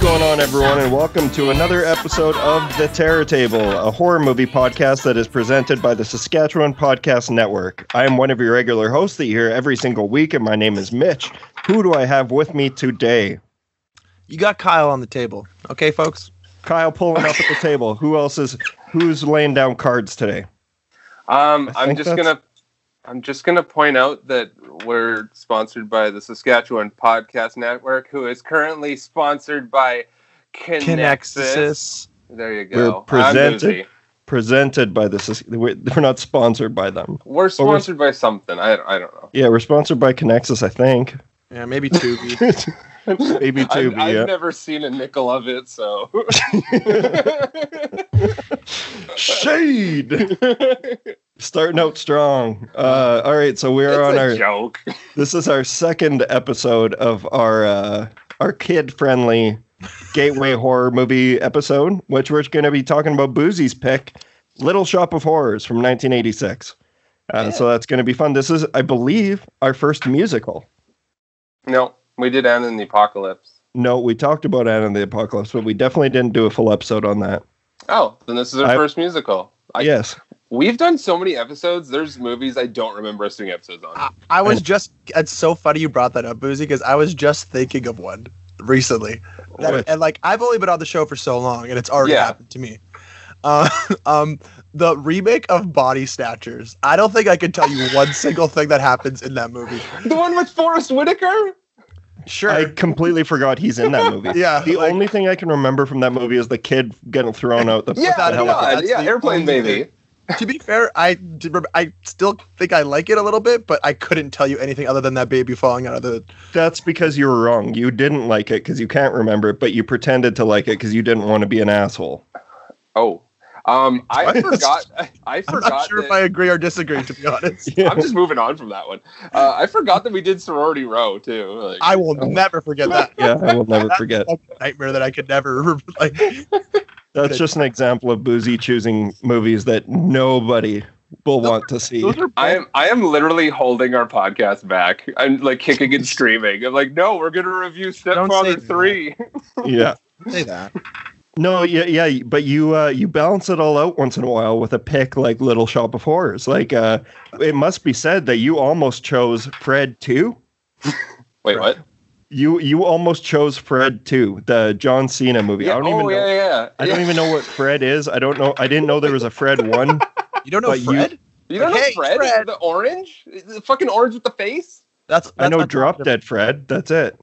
going on, everyone, and welcome to another episode of The Terror Table, a horror movie podcast that is presented by the Saskatchewan Podcast Network. I am one of your regular hosts that you hear every single week, and my name is Mitch. Who do I have with me today? You got Kyle on the table. Okay, folks? Kyle pulling up at the table. Who else is who's laying down cards today? Um, I I'm think just that's- gonna I'm just gonna point out that we're sponsored by the Saskatchewan Podcast Network, who is currently sponsored by Kinexus. Kinexis. There you We're go. I'm presented- boozy. Presented by the Sus- we're we're not sponsored by them. We're but we're- sponsored by something. I, I don't know. Yeah, we're sponsored by Connexus, I think. Yeah, maybe Tubi. Maybe I've, Tubi. I've yeah. never seen a nickel of it, so Shade. we're Starting out strong. Uh, all right, so we're on our. joke. This is our second episode of our uh, our kid friendly gateway horror movie episode, which we're going to be talking about Boozy's pick, Little Shop of Horrors from 1986. Uh, So that's going to be fun. This is, I believe, our first musical. No, we did end in the apocalypse. No, we talked about Anna and the Apocalypse, but we definitely didn't do a full episode on that. Oh, then this is our I- first musical. I- yes. We've done so many episodes. There's movies I don't remember us doing episodes Ah. on. I, I was just, it's so funny you brought that up, Boozy, because I was just thinking of one recently. That- Which- and like, I've only been on the show for so long, and it's already Yeah. happened to me. Uh, um, the remake of Body Snatchers. I don't think I could tell you one single thing that happens in that movie. The one with Forrest Whitaker? Sure. I completely forgot he's in that movie. yeah. The like, only thing I can remember from that movie is the kid getting thrown out the Yeah, Without a come doubt. on. That's Yeah, the Airplane only Baby. to be fair, I did rem- I still think I like it a little bit, but I couldn't tell you anything other than that baby falling out of the. That's because you were wrong. You didn't like it because you can't remember it, but you pretended to like it because you didn't want to be an asshole. Oh. Um, I What? forgot. I, I I'm forgot. not sure if I that- agree or disagree, to be honest. Yeah. I'm just moving on from that one. Uh, I forgot that we did Sorority Row too. Like, I will never forget that. Yeah, I will never That's forget. a nightmare that I could never like. That's just an example of Boozy choosing movies that nobody will want to see. Those are both- I am. I am literally holding our podcast back. I'm like kicking and screaming. I'm like, no, we're gonna review Stepfather that. Three. Yeah. say that. No, yeah, yeah, but you uh, you balance it all out once in a while with a pick like Little Shop of Horrors. Like uh, it must be said that you almost chose Fred 2. Wait, what? You you almost chose Fred 2, the John Cena movie. I don't oh even know yeah, yeah. I don't Yeah. even know what Fred is. I don't know. I didn't know there was a Fred one. You don't know But you- Fred? You don't Hey, know Fred? Fred. The orange, the fucking orange with the face. That's, that's I know not- Drop Dead Fred. That's it.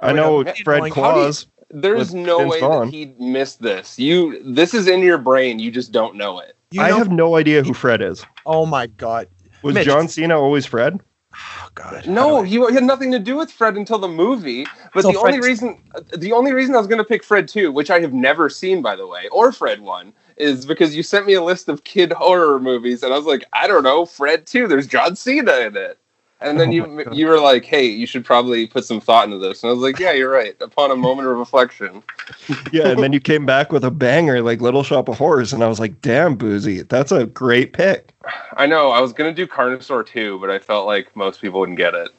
I Oh, know yeah. Fred Annoying. How do you- Claus. There's With no Vince way Vaughn. that he missed this. You, this is in your brain. You just don't know it. You I know- have no idea who Fred is. Oh my god. Was Mitch. John Cena always Fred? Oh god. No, he had nothing to do with Fred until the movie. But So the Fred- only reason, the only reason I was going to pick Fred two, which I have never seen by the way, or Fred one, is because you sent me a list of kid horror movies, and I was like, I don't know, Fred two. There's John Cena in it. And then Oh my you God. you were like, hey, you should probably put some thought into this. And I was like, yeah, you're right. Upon a moment of reflection, Yeah, and then you came back with a banger like Little Shop of Horrors, and I was like, "Damn, Boozy, that's a great pick." I know I was going to do Carnosaur two, but I felt like most people wouldn't get it.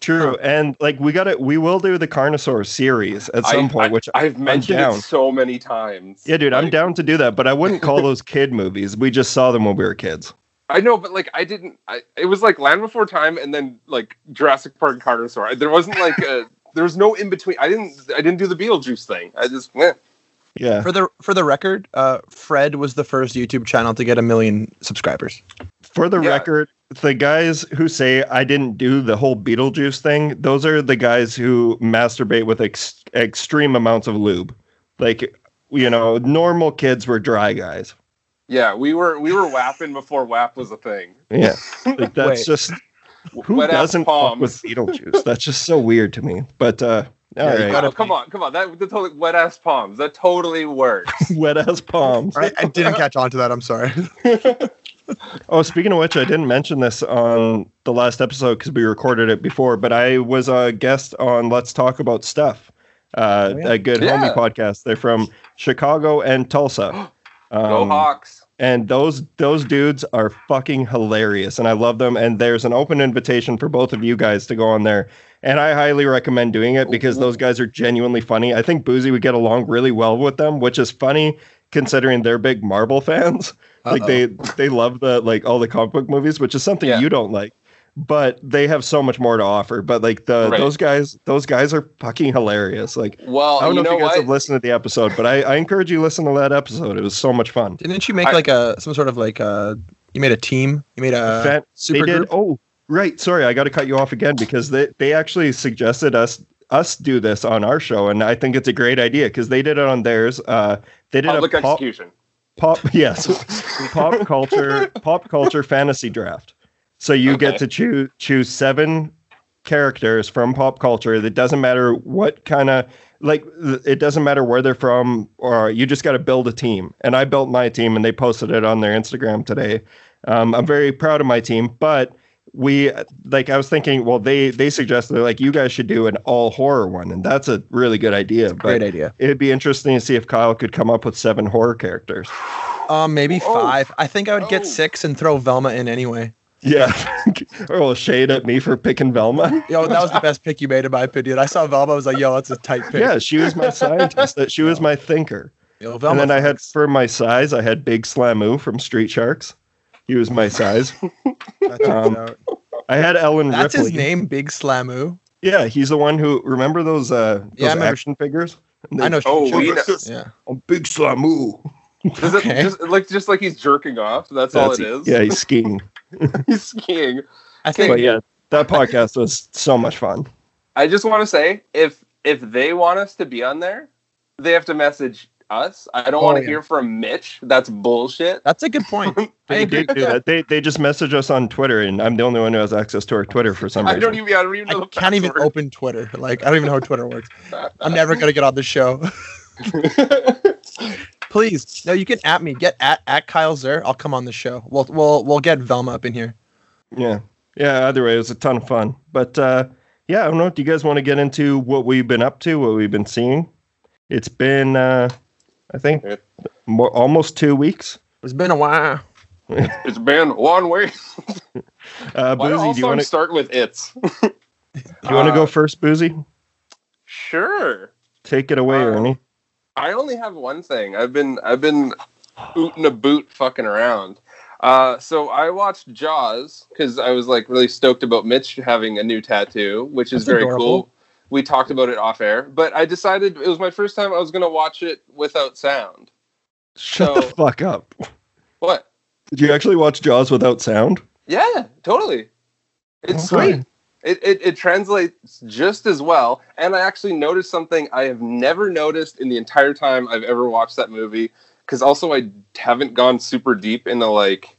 True, and like we got to We will do the Carnosaur series at some I- point, I, which I've mentioned down. it so many times. yeah, dude, I'm Like, down to do that. But I wouldn't call those kid movies. We just saw them when we were kids. I know, but like I didn't. I, it was like Land Before Time, and then like Jurassic Park and Carnosaur. I- There wasn't like a, there was no in between. I didn't. I didn't do the Beetlejuice thing. I just went. Yeah, For the for the record, uh, Fred was the first YouTube channel to get a million subscribers. For the Yeah. record, the guys who say I didn't do the whole Beetlejuice thing, those are the guys who masturbate with ex- extreme amounts of lube. Like, you know, normal kids were dry guys. Yeah, we were we were wapping before WAP was a thing. Yeah. Like, that's Wait. just who Wet ass doesn't fuck palms. with Beetlejuice? That's just so weird to me. But uh all Yeah, you right. gotta- Oh, come on, come on. That the totally wet ass palms. That totally works. wet ass palms. I, I didn't catch on to that. I'm sorry. Oh, speaking of which, I didn't mention this on the last episode because we recorded it before, but I was a guest on Let's Talk About Stuff, uh, Oh, yeah. a good Yeah. homie podcast. They're from Chicago and Tulsa. Um, Go Hawks. and those those dudes are fucking hilarious, and I love them. And there's an open invitation for both of you guys to go on there, and I highly recommend doing it because those guys are genuinely funny. I think Boozy would get along really well with them, which is funny considering they're big Marvel fans. Like they they love the like all the comic book movies, which is something Yeah. you don't like. But they have so much more to offer. But like the Right. those guys, those guys are fucking hilarious. Like Well, I don't you know, know if you guys what? have listened to the episode, but I, I encourage you to listen to that episode. It was so much fun. Didn't you make I- like a some sort of like a you made a team? You made a Fan- they super did. group? Oh, right. Sorry, I got to cut you off again because they they actually suggested us us do this on our show, and I think it's a great idea because they did it on theirs. Uh, they did Public a pop, execution. pop yes pop culture pop culture fantasy draft. So you Okay. get to choose choose seven characters from pop culture. That doesn't matter what kind of like th- it doesn't matter where they're from or you just got to build a team. And I built my team and they posted it on their Instagram today. Um, I'm very proud of my team, but we like I was thinking, well, they they suggested they're like you guys should do an all horror one, and that's a really good idea. But Great idea. it'd be interesting to see if Kyle could come up with seven horror characters. Um, maybe Oh. five. I think I would Oh. get six and throw Velma in anyway. Yeah. or will shade at me for picking Velma. Yo, that was the best pick you made in my opinion. I saw Velma. I was like, yo, that's a tight pick. Yeah, she was my scientist. That she was my thinker. Yo, And Velma. then I had for my size, I had Big Slamu from Street Sharks. He was my size. that checks um, out. I had Ellen that's Ripley. his name, Big Slamu. Yeah, he's the one who remember those uh those Yeah, I remember. action figures? I know. Oh, she- we know. Yeah. I'm Big Slamu. Does it, Okay. just, like just like he's jerking off. That's, all it is. Yeah, he's skiing. he's skiing. I think. but yeah, that podcast was so much fun. I just want to say if if they want us to be on there, they have to message us. I don't Oh, want to yeah. hear from Mitch. That's bullshit. That's a good point. I They agree. did do that. They they just message us on Twitter and I'm the only one who has access to our Twitter for some reason. I don't even. I don't even know. I the can't even password. open Twitter. Like, I don't even know how Twitter works. I'm never gonna get on the show. Please, no, you can at me. Get at at Kyle Zer. I'll come on the show. We'll we'll we'll get Velma up in here. Yeah. Yeah. Either way, it was a ton of fun. But uh, yeah, I don't know. Do you guys want to get into what we've been up to, what we've been seeing? It's been, uh, I think, It- more, almost two weeks. It's been a while. it's been one way. Uh, Why Boozy, do all do you want songs to start with it's? do you want to Uh, go first, Boozy? Sure. Take it away, uh, Ernie. I only have one thing. I've been I've been ootin' a boot fucking around. Uh, so I watched Jaws because I was like really stoked about Mitch having a new tattoo, which is That's very adorable. cool. We talked about it off air, but I decided it was my first time I was gonna watch it without sound. Shut so- the fuck up. What? Did you actually watch Jaws without sound? Yeah, totally. It's Okay. sweet. It, it it translates just as well, and I actually noticed something I have never noticed in the entire time I've ever watched that movie. Because also I haven't gone super deep into like,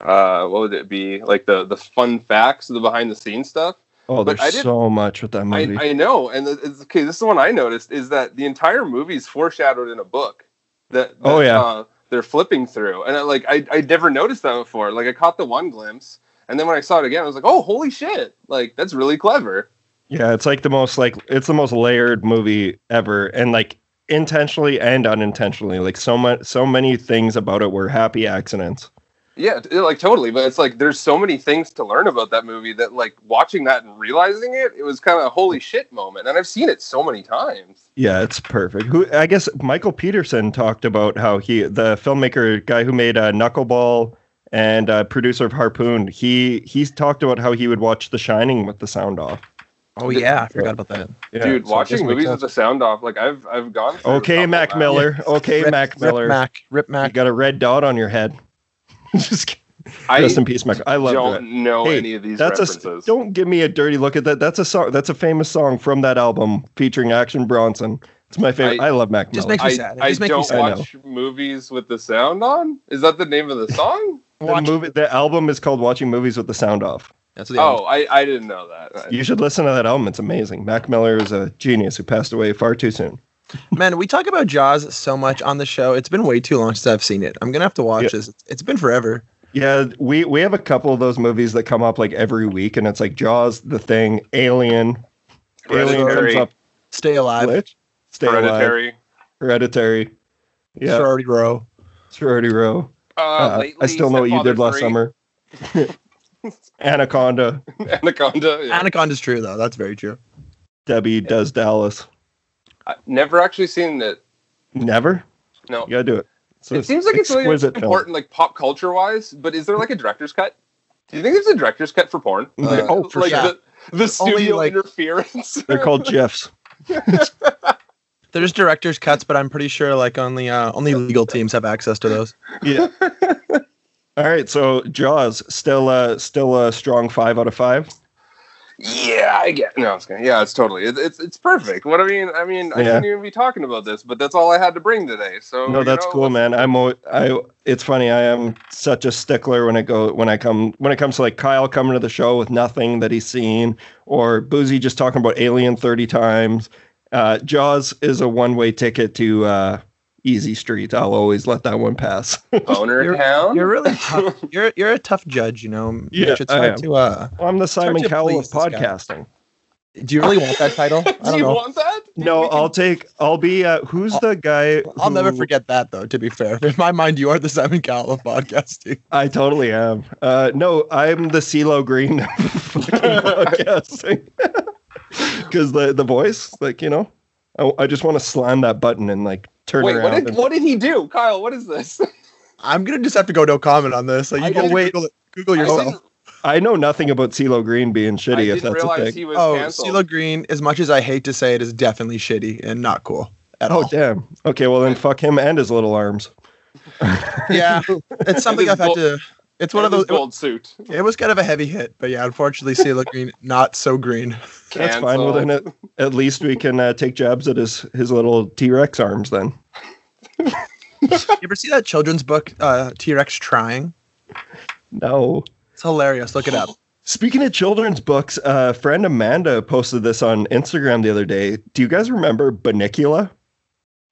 uh, what would it be like the the fun facts, the behind the scenes stuff. Oh, But I there's didn't- so much with that movie. I, I know, and th- it's, okay, this is one I noticed is that the entire movie is foreshadowed in a book that, that, Oh, yeah. uh, they're flipping through, and I, like I I never noticed that before. Like I caught the one glimpse, and then when I saw it again, I was like, oh holy shit! Like that's really clever. Yeah, it's like the most like it's the most layered movie ever, and like intentionally and unintentionally, like so much, so many things about it were happy accidents. Yeah, t- like totally, but it's like there's so many things to learn about that movie that like watching that and realizing it, it was kind of a holy shit moment, and I've seen it so many times. Yeah, it's perfect. Who I guess Michael Peterson talked about how he, the filmmaker guy who made uh, Knuckleball and uh, producer of Harpoon, he he's talked about how he would watch The Shining with the sound off. Oh yeah, I forgot about that. Yeah, Dude, so it watching just makes movies with sense. the sound off, like I've I've gone. through a Okay, couple Mac now. Miller. Okay, Rip- Mac Miller. Rip Mac. Rip You Mac. got a red dot on your head. just kidding. I rest in peace, Mac. I love that. don't know Hey, any of these That's a references. don't give me a dirty look at that. That's a song. That's a famous song from that album featuring Action Bronson. It's my favorite. I- I, love Mac Just Miller. make- I, you sad. It I just makes you don't sad. I know. watch movies with the sound on. Is that the name of the song? the movie. The album is called "Watching Movies with the Sound Off." That's what oh, I, I didn't know that. You should listen to that album. It's amazing. Mac Miller is a genius who passed away far too soon. Man, we talk about Jaws so much on the show. It's been way too long since I've seen it. I'm gonna have to watch Yeah. this. It's been forever. Yeah, we we have a couple of those movies that come up like every week, and it's like Jaws, The Thing, Alien. Alien Hereditary. comes up. Stay alive. Glitch, Stay Alive, Hereditary. Hereditary. Yeah, Sorority row. Sorority Row. Uh, Uh, lately, I still know what you Stepfather did last 3, summer. Anaconda. Anaconda. yeah. Anaconda's true though. That's very true. Debbie does Dallas. I- never actually seen it. Never. No. You gotta do it. It's an it seems like it's really exquisite important, film. like pop culture wise. But is there like a director's cut? Do you think there's a director's cut for porn? Uh, Like, oh, for like sure. the, the only, studio like- interference. They're called GIFs. There's director's cuts, but I'm pretty sure like only uh, only legal teams have access to those. Yeah. All right, so Jaws still uh still a strong five out of five. yeah, I get. No, it's gonna, yeah, it's totally. It, it's it's perfect. What I mean, I mean, I Yeah. shouldn't even be talking about this, but that's all I had to bring today. So No, Oh, you that's know, cool, man. I'm o- I. It's funny. I am such a stickler when I go when I come when it comes to like Kyle coming to the show with nothing that he's seen, or Boozy just talking about Alien thirty times. Uh, Jaws is a one way ticket to uh, Easy Street. I'll always let that one pass. Boner You're- town. You're really tough. You're you're a tough judge, you know. Mitch. Yeah, it's I hard am. to. Uh, I'm the Simon to Cowell of please this guy. podcasting. do you really want that title? I Do don't you know. want that? No, We can- I'll take. I'll be. Uh, who's the guy? I'll never who- forget that though. To be fair, in my mind, you are the Simon Cowell of podcasting. I totally am. Uh, no, I'm the CeeLo Green of fucking podcasting. Because the, the voice, like, you know, I, I just want to slam that button and like turn Wait, around. what did and- what did he do, Kyle? What is this? I'm gonna just have to go no comment on this. So you I can didn't- wait. Google, it- Google I yourself. didn't, I know nothing about CeeLo Green being shitty, I if didn't that's a realize thing. he was Oh, canceled. CeeLo Green. As much as I hate to say it, is definitely shitty and not cool at oh, all. damn. Okay, well, then fuck him and his little arms. Oh. yeah, it's something his I've had gold- to. It's one of those. His gold suit. It was kind of a heavy hit, but yeah, unfortunately, CeeLo Green not so green. That's fine. Well, then at, at least we can uh, take jabs at his, his little T Rex arms then. You ever see that children's book, uh, T Rex Trying? No. It's hilarious. Look it up. Speaking of children's books, a uh, friend Amanda posted this on Instagram the other day. Do you guys remember Banicula?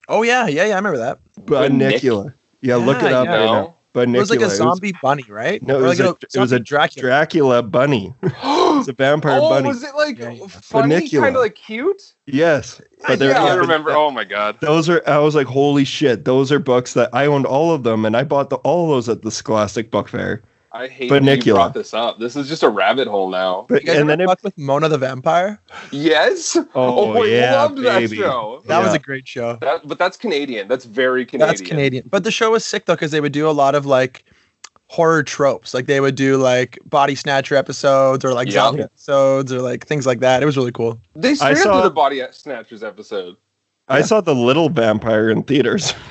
Oh yeah, yeah, yeah. I remember that. Banicula. Yeah, Yeah, look it up. yeah. right now. No. Banicula. It was like a zombie bunny, right? No, it Or was like a- it was zombie a Dracula. Dracula bunny. It's a vampire oh, bunny. was it like Yeah, yeah. funny, Funicula. kind of like cute? Yes, Yeah, but they're I yeah, remember. Oh my god. Those are. I was like, holy shit! Those are books that I owned all of them, and I bought the, all those at the Scholastic Book Fair. I hate that you Funicula. brought this up. This is just a rabbit hole now. But you guys and then it, fucked with Mona the Vampire. Yes. oh, I yeah, loved baby. that show. That was Yeah. a great show. That, but that's Canadian. That's very Canadian. That's Canadian. But the show was sick though, because they would do a lot of like horror tropes. Like they would do like body snatcher episodes or like Yeah. zombie episodes or like things like that. It was really cool. They I straight up saw- did a Body Snatchers episode. I saw the Little Vampire in theaters,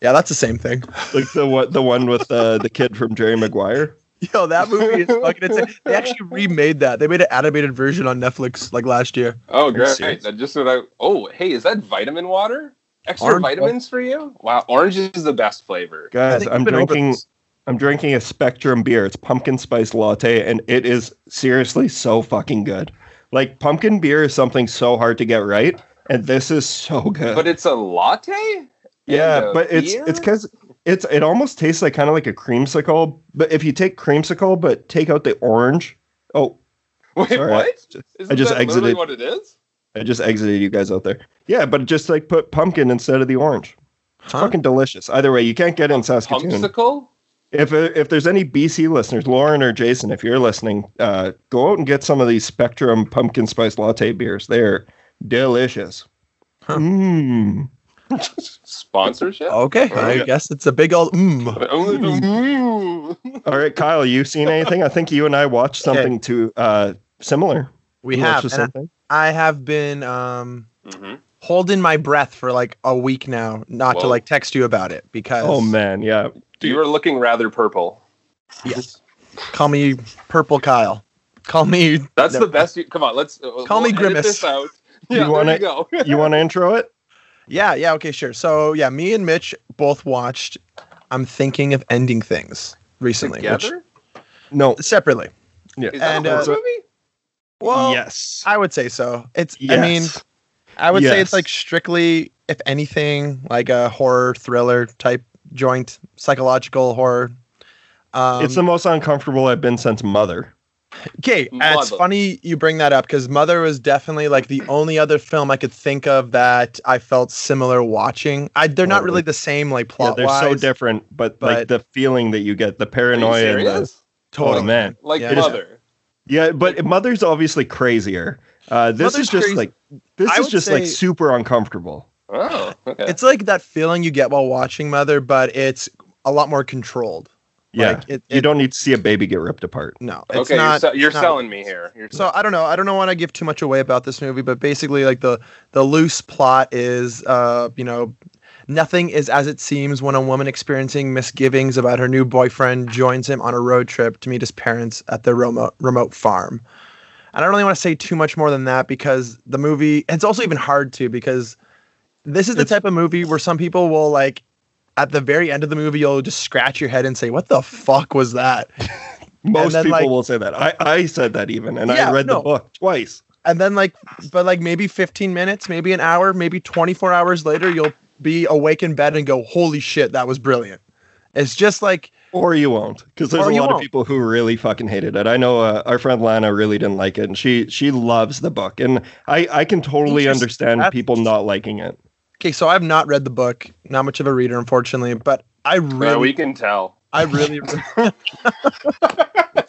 Yeah, that's the same thing. like the one, the one with uh, the kid from Jerry Maguire. Yo, that movie is fucking insane. They actually remade that. They made an animated version on Netflix like last year. Oh, great. serious? That just what I. Oh, hey, is that vitamin water? Extra Orange- vitamins for you? Wow, orange is the best flavor. I Guys, think I'm we've been over drinking. this. I'm drinking a Spectrum beer. It's pumpkin spice latte, and it is seriously so fucking good. Like pumpkin beer is something so hard to get right, and this is so good. But it's a latte. and yeah, a but it's beer? it's because it's it almost tastes like kind of like a creamsicle. But if you take creamsicle but take out the orange, oh, Wait, sorry, I what? just- Isn't I just that literally exited. What it is? I just exited you guys out there. Yeah, but just like put pumpkin instead of the orange. Huh? Fucking delicious. Either way, you can't get it in Saskatoon. Pumpsicle. if uh, if there's any BC listeners, Lauren or Jason, if you're listening, uh, go out and get some of these Spectrum pumpkin spice latte beers. They're delicious. Huh. Mm. Sponsorship. Okay, Oh, I yeah. guess it's a big old mm. Mm. All right, Kyle, you seen anything? I think you and I watched Okay. something to uh, similar. We watched have. And something. I have been um, Mhm. holding my breath for like a week now, not to Whoa. like text you about it because Oh man, yeah. You were looking rather purple. Yes. Call me Purple Kyle. Call me. That's No. the best. You, come on, let's uh, Call me edit Grimace. This out. You Yeah, wanna- there you go. You want to intro it? Yeah, yeah, okay, sure. So, yeah, me and Mitch both watched I'm Thinking of Ending Things recently. which- Together? No. separately. Is that And, a horror uh, movie? Well, yes. I would say so. It's, yes. I mean, I would say Yes. it's like strictly, if anything, like a horror thriller type joint, psychological horror. Um, it's the most uncomfortable I've been since Mother. Okay, and it's Mother. funny you bring that up because Mother was definitely like the only other film I could think of that I felt similar watching. I, they're not really the same like Yeah, plot. they're so different, but, like but- the feeling that you get, the Are you paranoia. and the- serious? Oh man, Like Yeah. mother. yeah, but Mother's obviously crazier. Uh, this Mother's is just crazy. like this I is would just like say- super uncomfortable. Oh, okay. It's like that feeling you get while watching Mother, but it's a lot more controlled. Yeah, like, it, you it- don't need to see a baby get ripped apart. No, it's okay, not. you're, se- you're it's not- selling me here. You're So I don't know. I don't want to give too much away about this movie, but basically, like the the loose plot is, uh, you know, nothing is as it seems when a woman experiencing misgivings about her new boyfriend joins him on a road trip to meet his parents at their remote remote farm. And I don't really want to say too much more than that because the movie. It's also even hard to because this is the It's- type of movie where some people will like. At the very end of the movie, you'll just scratch your head and say, "What the fuck was that?" Most then, people like- will say that. I, I said that even, and Yeah, I read the no. book twice. and then like but like maybe 15 minutes maybe an hour maybe 24 hours later you'll be awake in bed and go holy shit that was brilliant it's just like Or you won't, because there's Or a you lot of won't. people who really fucking hated it. I know uh, our friend Lana really didn't like it, and she she loves the book, and I I can totally Interesting. understand That's people not liking it. okay so i've not read the book not much of a reader unfortunately but i really Well, we can tell. i really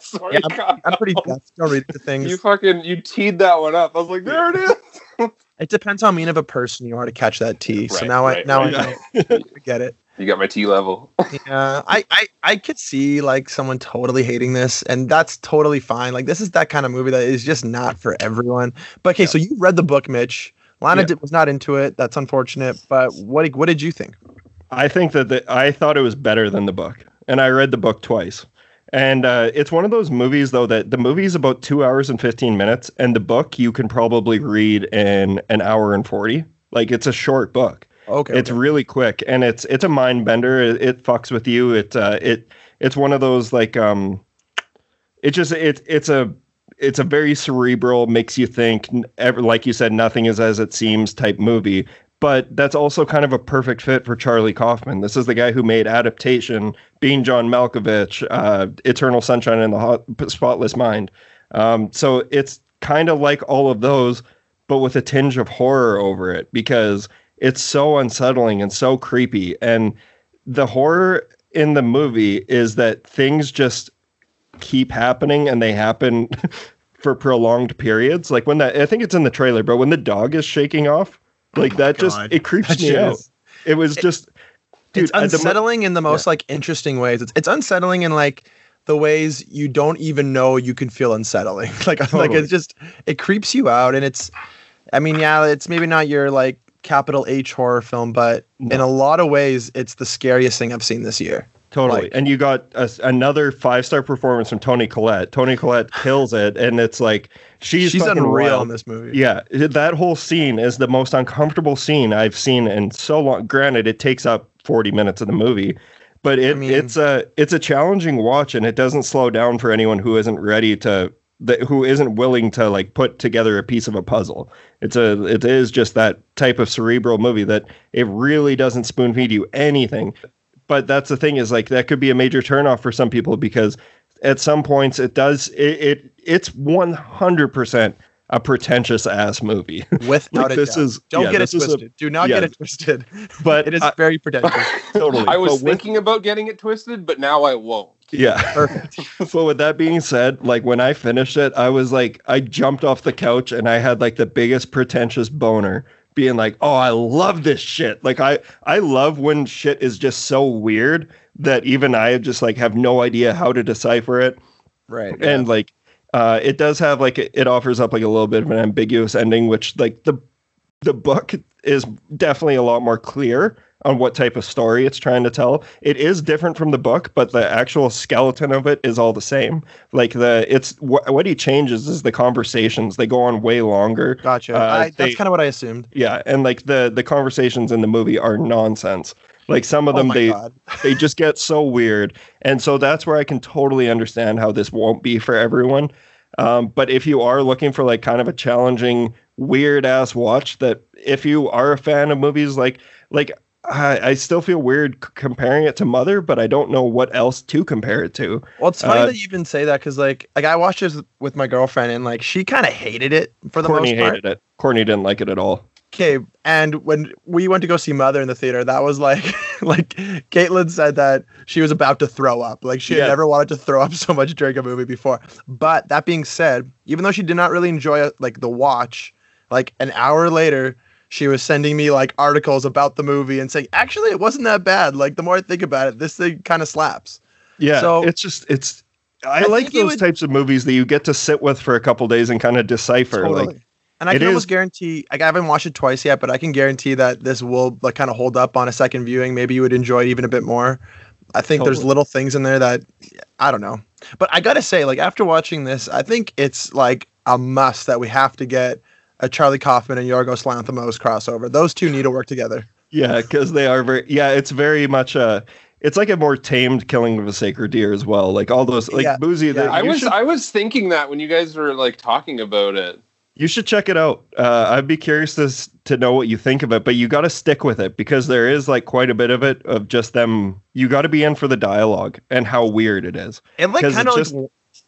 Sorry, Yeah, God. i'm pretty deaf don't read the You things fucking you teed that one up. I was like, there it is. it depends how mean of a person you are to catch that tea so Right, now i right, now right. i Yeah. know. I get it You got my T level. Yeah, I, I I could see like someone totally hating this, and that's totally fine. Like this is that kind of movie that is just not for everyone. But okay, so you read the book, Mitch. Lana Yeah. did, was not into it. That's unfortunate. But what what did you think? I think that the, I thought it was better than the book, and I read the book twice. And uh, it's one of those movies, though, that the movie is about two hours and fifteen minutes, and the book you can probably read in an hour and forty. Like it's a short book. Okay, it's really quick, and it's it's a mind bender. It, it fucks with you. It uh, it it's one of those like um, it just it it's a it's a very cerebral, makes you think. n- Ever, like you said, nothing is as it seems type movie but that's also kind of a perfect fit for Charlie Kaufman. This is the guy who made Adaptation, Being John Malkovich, uh, Eternal Sunshine in the Hot, Spotless Mind. Um, so it's kind of like all of those, but with a tinge of horror over it because it's so unsettling and so creepy. And the horror in the movie is that things just keep happening and they happen for prolonged periods. Like when that, I think it's in the trailer, but when the dog is shaking off, like that just, Oh God. it creeps That me shit out. is- it was just, dude, it's at the mo- unsettling in the most like interesting ways. It's it's unsettling in like the ways you don't even know you can feel unsettling. like like Totally. it's just it creeps you out, and it's. I mean, yeah, it's maybe not your like capital H horror film, but No. in a lot of ways, it's the scariest thing I've seen this year. Totally. Like- and you got a, another five star performance from Tony Collette. Tony Collette kills it, and it's like she's She's, fucking unreal in wild. this movie. Yeah, that whole scene is the most uncomfortable scene I've seen in so long. Granted, it takes up forty minutes of the movie, but it, mean- it's a it's a challenging watch, and it doesn't slow down for anyone who isn't ready to that who isn't willing to like put together a piece of a puzzle. It's a it is just that type of cerebral movie that it really doesn't spoon feed you anything. But that's the thing is like that could be a major turnoff for some people because at some points it does it, it it's one hundred percent a pretentious ass movie. Without like it, this is don't yeah, get it this is a- twisted. Do not yeah. get it twisted. but It is I- very pretentious. totally. I was But with- thinking about getting it twisted, but now I won't. yeah. Perfect. so with that being said, like when I finished it, I was like, I jumped off the couch and I had like the biggest pretentious boner, being like, oh, I love this shit. Like I, I love when shit is just so weird that even I just like have no idea how to decipher it Right. and like uh it does have like it it offers up like a little bit of an ambiguous ending which like the the book is definitely a lot more clear on what type of story it's trying to tell it is different from the book but the actual skeleton of it is all the same like the it's wh- what he changes is the conversations they go on way longer Gotcha. uh, I, they- that's kind of what I assumed. yeah and like the the conversations in the movie are nonsense like some of Oh them my they god. they just get so weird. And so that's where I can totally understand how this won't be for everyone. Um, but if you are looking for like kind of a challenging, weird ass watch, that if you are a fan of movies like like I, I still feel weird c- comparing it to Mother, but I don't know what else to compare it to. Well, it's funny Uh, that you even say that because like like I watched this with my girlfriend and like she kind of hated it for the Courtney most part. hated it. Courtney didn't like it at all. Okay, and when we went to go see Mother in the theater, that was like like Caitlin said that she was about to throw up. Like she Yeah. had never wanted to throw up so much during a movie before. But that being said, even though she did not really enjoy uh, like the watch, like an hour later she was sending me like articles about the movie and saying actually it wasn't that bad. Like the more I think about it, this thing kind of slaps. Yeah, So- it's just it's. I, I like think you those would- types of movies that you get to sit with for a couple days and kind of decipher. Like, and it I can is- almost guarantee like, I haven't watched it twice yet, but I can guarantee that this will like kind of hold up on a second viewing. Maybe you would enjoy it even a bit more. I think there's Totally. little things in there that I don't know. But I gotta say, like after watching this, I think it's like a must that we have to get a Charlie Kaufman and Yorgos Lanthimos crossover. Those two need to work together. yeah, because they are very. Yeah, it's very much a. It's like a more tamed killing of a sacred deer as well. Like all those, like Yeah, boozy. that yeah. you I was should- I was thinking that when you guys were like talking about it. You should check it out. Uh, I'd be curious to s- to know what you think of it, but you got to stick with it because there is like quite a bit of it of just them. You got to be in for the dialogue and how weird it is. It like 'Cause kind it's of just- like,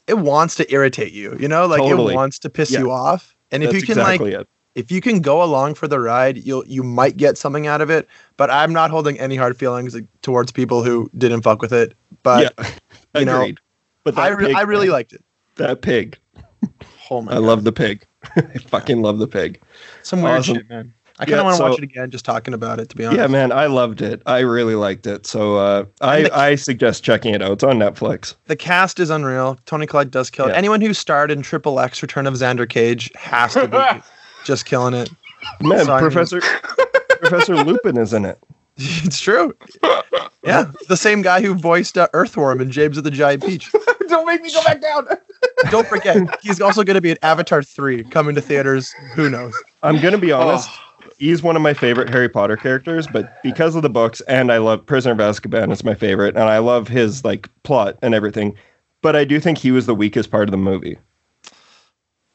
it wants to irritate you, you know, like Totally. it wants to piss Yeah. you off. And if That's you can like exactly it. if you can go along for the ride, you'll you might get something out of it. But I'm not holding any hard feelings like, towards people who didn't fuck with it. But yeah, you know, agreed. but that I, re- pig, I really liked it. that pig. Oh my I God. love the pig. I fucking love the pig. some weird awesome. shit, man. I kind Yeah, of want to so- watch it again, just talking about it. To be honest, Yeah, man, I loved it. I really liked it. So uh, I And the- I suggest checking it out. It's on Netflix. the cast is unreal. Tony Collette does kill it. Yeah. Anyone who starred in Triple X: Return of Xander Cage has to be just killing it. Man, Simon. Professor Professor Lupin is in it. it's true. Yeah, the same guy who voiced uh, Earthworm in James of the Giant Peach. Don't make me go back down. Don't forget, he's also going to be in Avatar Three coming to theaters. Who knows? I'm gonna be honest. Oh, He's one of my favorite Harry Potter characters, but because of the books, and I love Prisoner of Azkaban is my favorite, and I love his like plot and everything. But I do think he was the weakest part of the movie.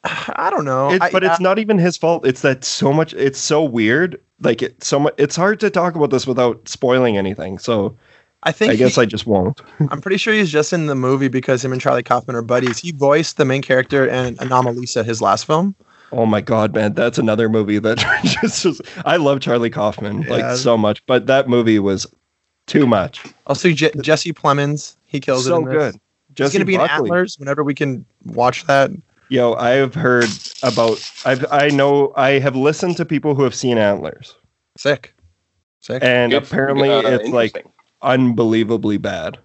I don't know. It, I- uh, but I- it's not even his fault. It's that so much. It's so weird. Like it, so much. It's hard to talk about this without spoiling anything. So I think I guess he- I just won't. I'm pretty sure he's just in the movie because him and Charlie Kaufman are buddies. He voiced the main character in Anomalisa, his last film. Oh my god, man, that's another movie that just was, I love Charlie Kaufman Yeah. like so much, but that movie was too much. Also, Je- Jesse Plemons, he kills it. so in this. good. He's Jesse gonna be in Buckley. Antlers whenever we can watch that. Yo, I have heard about I've I know I have listened to people who have seen Antlers. Sick, sick. And good- apparently uh, it's like interesting. unbelievably bad.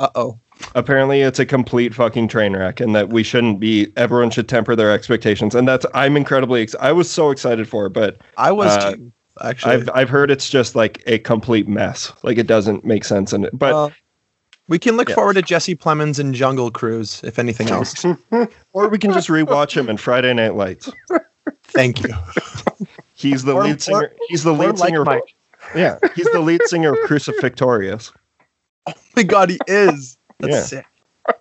Uh oh. Apparently it's a complete fucking train wreck and that we shouldn't be everyone should temper their expectations. And that's I'm incredibly ex- I was so excited for it, but I was Uh, too, actually. I've I've heard it's just like a complete mess. Like it doesn't make sense in it. But Uh, we can look yeah. forward to Jesse Plemons and Jungle Cruise, if anything else. Or we can just rewatch him in Friday Night Lights. Thank you. He's the Or- lead singer. or- he's the or lead like singer. of Mike. Yeah, he's the lead singer of Crucifictorious. My God, he is. That's Yeah. sick.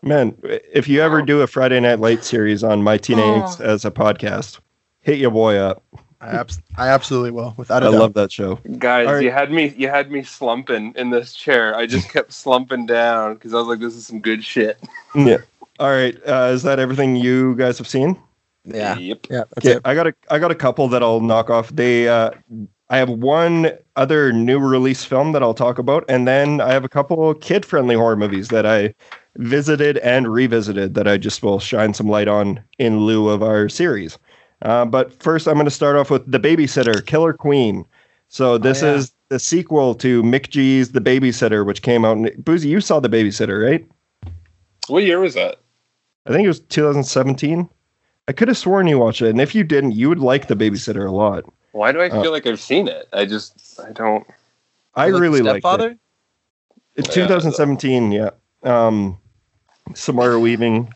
Man, if you ever do a Friday Night Lights series on My Oh. Teenage as a podcast, hit your boy up. I, abs- I absolutely will. Without a I doubt. love that show. guys, All right. you had me you had me slumping in this chair. I just kept slumping down because I was like, this is some good shit. Yeah. All right, uh, is that everything you guys have seen? Yeah. Yep. Yeah. That's Okay, it. I got a I got a couple that I'll knock off. They uh, I have one other new release film that I'll talk about, and then I have a couple kid friendly horror movies that I visited and revisited that I just will shine some light on in lieu of our series. Uh, but first, I'm going to start off with The Babysitter, Killer Queen. So this yeah. is the sequel to Mick G's The Babysitter, which came out. In, Boozy, you saw The Babysitter, right? What year was that? I think it was 2017. I could have sworn you watched it, and if you didn't, you would like The Babysitter a lot. Why do I Uh, feel like I've seen it? I just I don't. I really liked it. Stepfather? It's Yeah, 2017, yeah. Um, Samara Weaving,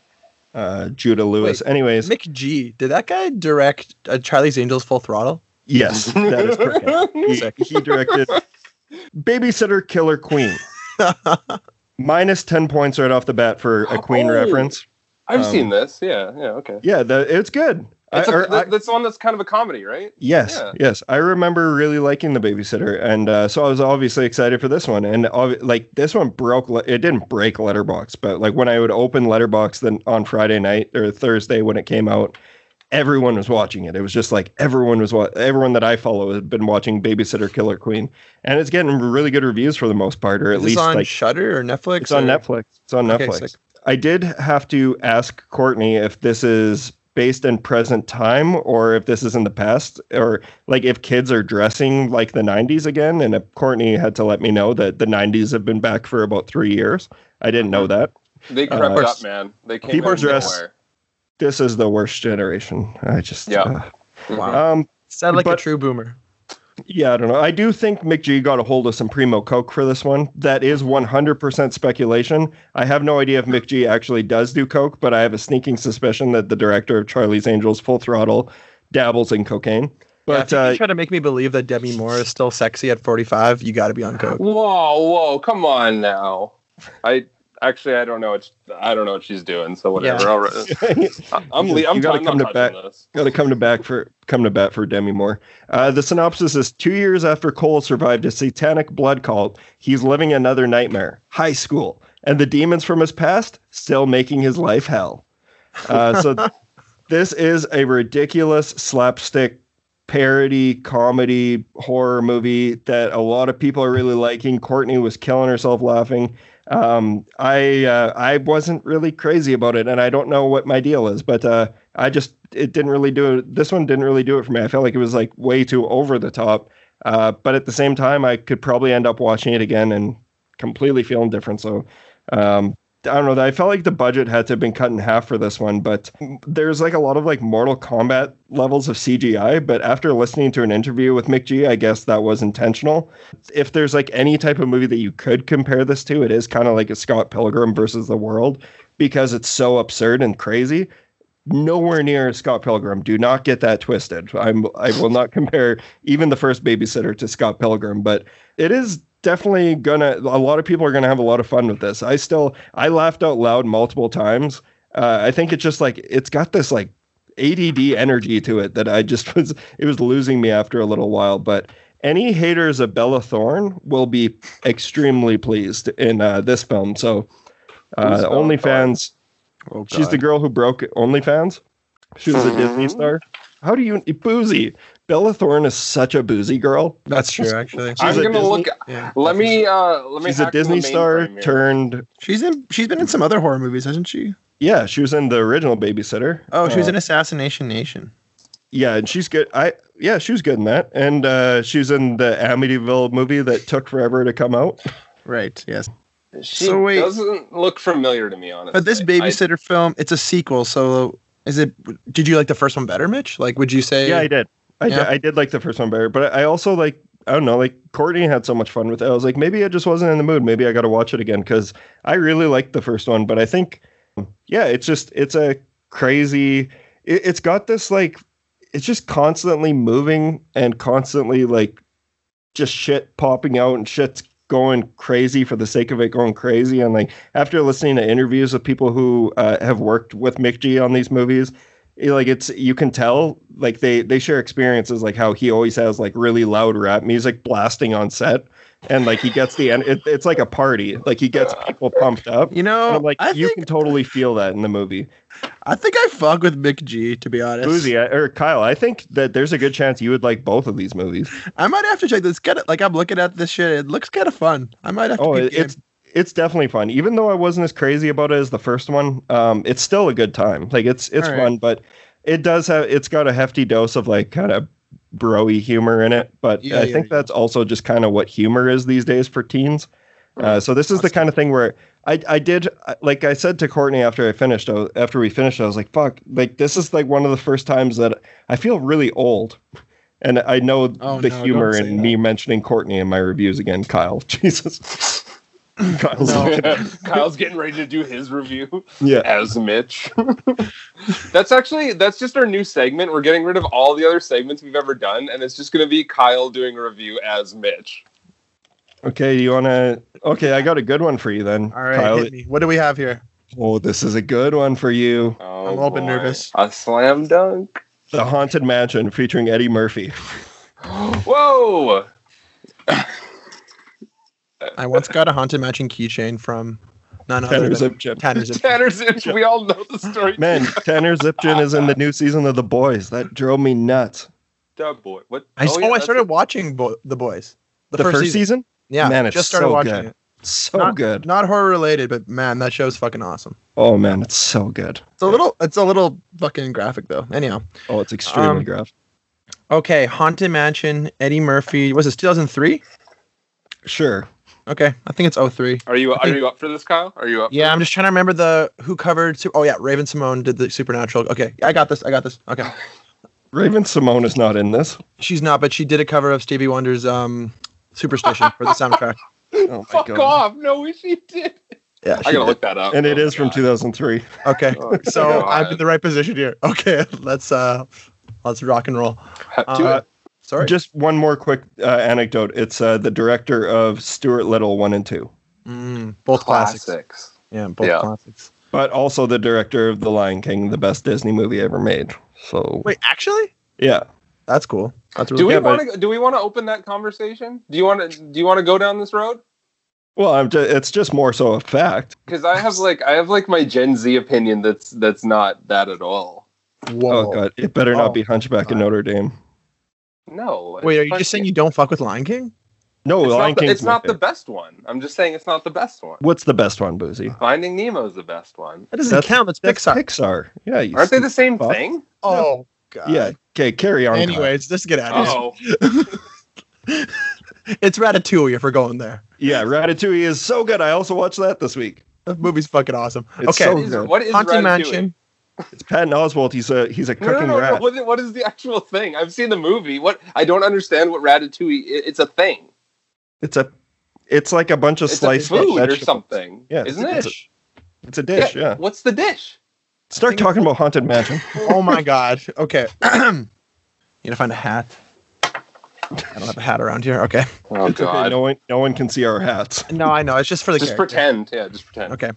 uh, Judah Lewis. Anyways, Mick G. Did that guy direct uh, Charlie's Angels Full Throttle? yes, that is correct. He, he directed Babysitter Killer Queen. Minus 10 points right off the bat for a Queen Oh. reference. I've Um, seen this. Yeah. Yeah. Okay. Yeah, the, it's good. That's, I- a, or that- I- that's the one that's kind of a comedy, right? Yes, Yeah. yes. I remember really liking the babysitter, and uh, so I was obviously excited for this one. And obvi- like this one broke, le- it didn't break Letterbox, but like when I would open Letterbox then on Friday night or Thursday when it came out, everyone was watching it. It was just like everyone was wa- everyone that I follow had been watching Babysitter Killer Queen, and it's getting really good reviews for the most part, or at Is least this on like Shutter or Netflix? it's on or- Netflix. It's on Okay, Netflix. sick. I did have to ask Courtney if this is based in present time or if this is in the past or like if kids are dressing like the 90s again and if Courtney had to let me know that the 90s have been back for about 3 years. I didn't know Uh-huh. that. They Uh, crept or up, s- man. They came people out of dress- nowhere. This is the worst generation. I just Yeah. Wow. uh, um Sound like a But- true boomer. yeah, I don't know. I do think Mick G got a hold of some primo coke for this one. That is 100% speculation. I have no idea if Mick G actually does do coke, but I have a sneaking suspicion that the director of Charlie's Angels Full Throttle dabbles in cocaine. But yeah, if uh, you try to make me believe that Demi Moore is still sexy at 45, you got to be on coke. Mm-hmm. Whoa, whoa, come on now. I actually I don't know what I don't know what she's doing, so whatever. Yeah. All right. I- I'm le- You I'm, t- gotta I'm not come to touching back- this. Got to come to back for come to bat for Demi Moore. Uh, the synopsis is: Two years after Cole survived a satanic blood cult, he's living another nightmare, high school, and the demons from his past still making his life hell. Uh, so, this is a ridiculous slapstick parody comedy horror movie that a lot of people are really liking. Courtney was killing herself laughing. Um, I uh, I wasn't really crazy about it, and I don't know what my deal is, but uh, I just it didn't really do it. This one didn't really do it for me. I felt like it was like way too over the top. Uh, but at the same time, I could probably end up watching it again and completely feeling different. So um, I don't know. I felt like the budget had to have been cut in half for this one, but there's like a lot of like Mortal Kombat levels of CGI. But after listening to an interview with Mick G, I guess that was intentional. If there's like any type of movie that you could compare this to, it is kind of like a Scott Pilgrim versus the world because it's so absurd and crazy. Nowhere near Scott Pilgrim. Do not get that twisted. I'm I will not compare even the first babysitter to Scott Pilgrim, but it is definitely gonna a lot of people are gonna have a lot of fun with this i still i laughed out loud multiple times uh, i think it's just like it's got this like add energy to it that i just was it was losing me after a little while but any haters of bella thorne will be extremely pleased in uh, this film so Who's uh, Bella onlyfans Oh, she's the God. girl who broke onlyfans she was a disney Mhm. star how do you boozy bella thorne is such a boozy girl That's true, actually. She's I'm a gonna Disney- look Yeah. let me uh let me she's a hack the disney star mainframe here. turned She's in. She's been in some other horror movies, hasn't she? Yeah, she was in the original Babysitter. Oh, she was Uh, in Assassination Nation. Yeah, and she's good. I yeah, she was good in that, and uh, she was in the Amityville movie that took forever to come out. Right. Yes. She So wait- doesn't look familiar to me, honestly. But this babysitter film, it's a sequel. So is it? Did you like the first one better, Mitch? Like, would you say? Yeah, I did. I, Yeah. did, I did like the first one better, but I also like I don't know, like Courtney had so much fun with it. I was like, maybe I just wasn't in the mood. Maybe I got to watch it again because I really liked the first one. But I think, yeah, it's just it's a crazy. It, it's got this like it's just constantly moving and constantly like just shit popping out and shit's going crazy for the sake of it going crazy. And like after listening to interviews with people who uh, have worked with Mick G on these movies, it- like it's you can tell like they they share experiences like how he always has like really loud rap music blasting on set and like he gets the end it, it's like a party like he gets people pumped up You And know, I'm like I you think can totally feel that in the movie I think I fuck with Mick G. To be honest, boozy I- or kyle i think that there's a good chance you would like both of these movies I might have to check this. Get it? Like, I'm looking at this shit. It looks kind of fun. I might have to. oh peep it, game. it's it's definitely fun even though i wasn't as crazy about it as the first one um it's still a good time like it's it's All right. fun but it does have it's got a hefty dose of like kind of broy humor in it but Yeah, i yeah, think yeah. that's also just kind of what humor is these days for teens uh, so this is the kind of thing where I, I did I- like I said to Courtney after I finished I was- after we finished I was like fuck like this is like one of the first times that I feel really old and I know Oh, the no, don't humor say in that. me mentioning Courtney in my reviews again Kyle Jesus Kyle's Kyle's getting ready to do his review yeah as Mitch. that's actually that's just our new segment. We're getting rid of all the other segments we've ever done, and it's just gonna be Kyle doing a review as Mitch. okay you want to okay I got a good one for you then All right, Kyle hit me. What do we have here? oh this is a little bit nervous. Oh, boy. A slam dunk. The Haunted Mansion featuring Eddie Murphy. Whoa! I once got a haunted matching keychain from none other Tanner than Zipchin. Tanner Zip. Tanner Zipchin, we all know the story. Man, Tanner Zipchin is in the new season of The Boys. That drove me nuts. Dub boy. What? I s- oh, yeah, I that's started it. watching Bo- The Boys. The, first, season? Yeah, Man, it's just started so watching good. it. So Not- good. Not horror related, but man, that show's fucking awesome. Oh, man, it's so good. It's a little, it's a little fucking graphic though. Anyhow, Oh, it's extremely Um, gruff. okay, Haunted Mansion, Eddie Murphy. Was it 2003? Sure. Okay, I think it's 03. Are you are you up for this, Kyle? Are you up? Yeah, I'm just trying to remember the who covered. Su- Oh yeah, Raven Simone did the Supernatural. Okay, I got this. I got this. Okay, Raven Simone is not in this. she's not, but she did a cover of Stevie Wonder's um, Superstition for the soundtrack. Oh, my Fuck God. off! No, she did. Yeah, I gotta look that up. And it Oh, is from God. 2003. Okay, Oh, so God. I'm in the right position here. Okay, let's uh, let's rock and roll. Do Uh, it. Sorry. Just one more quick uh, anecdote. It's uh, the director of Stuart Little 1 and 2, Mm, both classics. Classics. Yeah, both Yeah. classics. but also the director of The Lion King, the best Disney movie ever made. So, Wait, actually, yeah. that's cool. That's really Do we Yeah, want to? Do we want to open that conversation? Do you want to? Do you want to go down this road? Well, I'm ju- it's just more so a fact. Because I have like I have like my Gen Z opinion that's that's not that at all. Whoa. Oh, God. It better not Oh. be Hunchback in Notre Dame. No. Wait, are you Fuck just saying it. you don't fuck with Lion King? No, It's Lion not, the, King's it's not my the best one. I'm just saying it's not the best one. What's the best one, Boozy? Finding Nemo's the best one. That doesn't That's- count. That's That's Pixar. Pixar. Yeah. You Aren't they the same fuck. thing? oh god. Yeah. Okay. Carry on. Kyle. Anyways, let's get out of here. Oh, It's Ratatouille if we're going there. Yeah. Ratatouille is so good. I also watched that this week. That movie's fucking awesome. It's okay. so is, good. what is Haunted Ratatouille? Mansion. It's Patton Oswald. He's a he's a No, cooking no, no, no. rat. What is, what is the actual thing? I've seen the movie. What I don't understand what Ratatouille. i it's a thing. It's a it's like a bunch of It's sliced a food or vegetables. something. Yeah, isn't it's it? a It's a dish. Yeah. What's the dish? Start talking about haunted mansion. Oh my god. Okay. you gonna find a hat? I don't have a hat around here. Okay. Oh It's okay, No one no one can see our hats. No, I know. It's just for the Just character. pretend. Yeah, just pretend. Okay.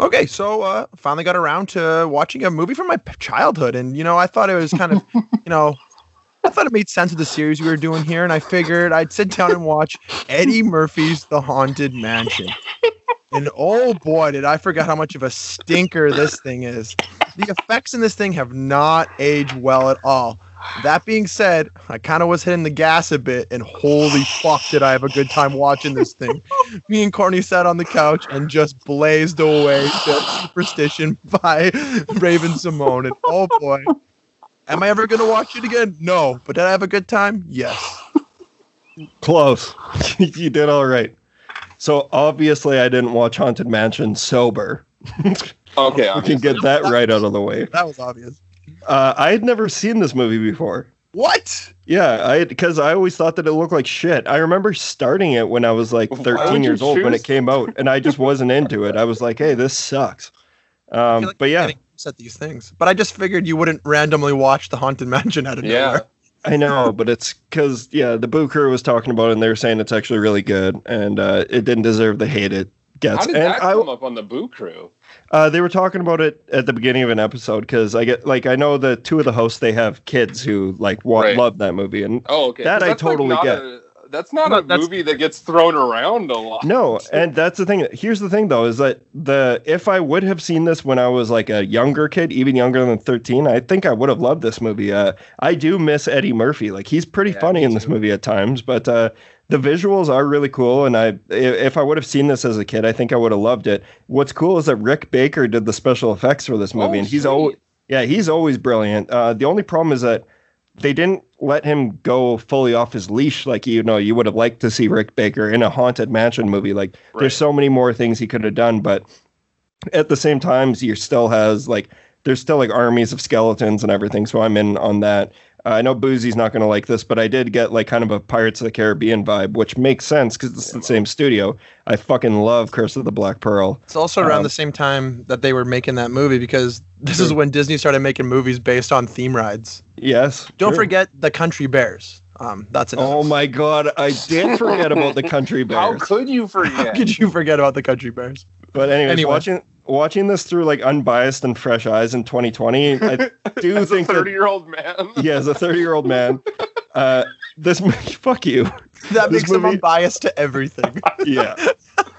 Okay, so uh, finally got around to watching a movie from my p- childhood, and you know, I thought it was kind of, you know, I thought it made sense of the series we were doing here, and I figured I'd sit down and watch Eddie Murphy's The Haunted Mansion. And oh boy, did I forget how much of a stinker this thing is. The effects in this thing have not aged well at all. That being said, I kind of was hitting the gas a bit, and holy fuck, did I have a good time watching this thing. Me and Courtney sat on the couch and just blazed away to Superstition by Raven Simone. And oh boy, am I ever going to watch it again? No. But did I have a good time? Yes. Close. you did all right. So obviously I didn't watch Haunted Mansion sober. Okay. we I'm- can get that right out of the way. That was obvious. Uh, I had never seen this movie before. What? Yeah, I because I always thought that it looked like shit. I remember starting it when I was like Why would 13 you years old when choose- it came out, and I just wasn't into it. I was like, "Hey, this sucks." Um, but yeah, said these things. But I just figured you wouldn't randomly watch The Haunted Mansion out of yeah. nowhere. I know, but it's because yeah, the Boo crew was talking about it, and they were saying it's actually really good, and uh, it didn't deserve the hate it How gets. did and that I, come up on the Boo Crew? Uh, they were talking about it at the beginning of an episode because I get like I know the two of the hosts they have kids who like wa- Right. love that movie, and Oh, okay. That I That's, like, totally not get. a- that's not No, a that's- movie that gets thrown around a lot. No, and that's the thing. Here's the thing though, is that the if I would have seen this when I was like a younger kid, even younger than 13, I think I would have loved this movie. Uh, I do miss Eddie Murphy. Like he's pretty Yeah, funny me in this too. movie at times, but uh, the visuals are really cool. And I, i- if I would have seen this as a kid, I think I would have loved it. What's cool is that Rick Baker did the special effects for this movie, Oh, and he's sweet. always yeah, he's always brilliant. Uh, the only problem is that they didn't let him go fully off his leash like you know you would have liked to see Rick Baker in a haunted mansion movie. Like Right. there's so many more things he could have done, but at the same time, he still has like there's still like armies of skeletons and everything. So I'm in on that. Uh, I know Boozy's not going to like this, but I did get like kind of a Pirates of the Caribbean vibe, which makes sense because it's the same studio. I fucking love Curse of the Black Pearl. It's also around Um, the same time that they were making that movie because this is when Disney started making movies based on theme rides. Yes. Don't sure. forget The Country Bears. Um, that's another. Oh my God, I did forget about the Country Bears. How could you How forget? could you forget about The Country Bears? But anyways, Anyway. watching watching this through like unbiased and fresh eyes in 2020, I do As a think that thirty-year-old man. yeah, as a 30 year old man, uh, this mo- fuck you. That This makes them movie- unbiased to everything. Yeah,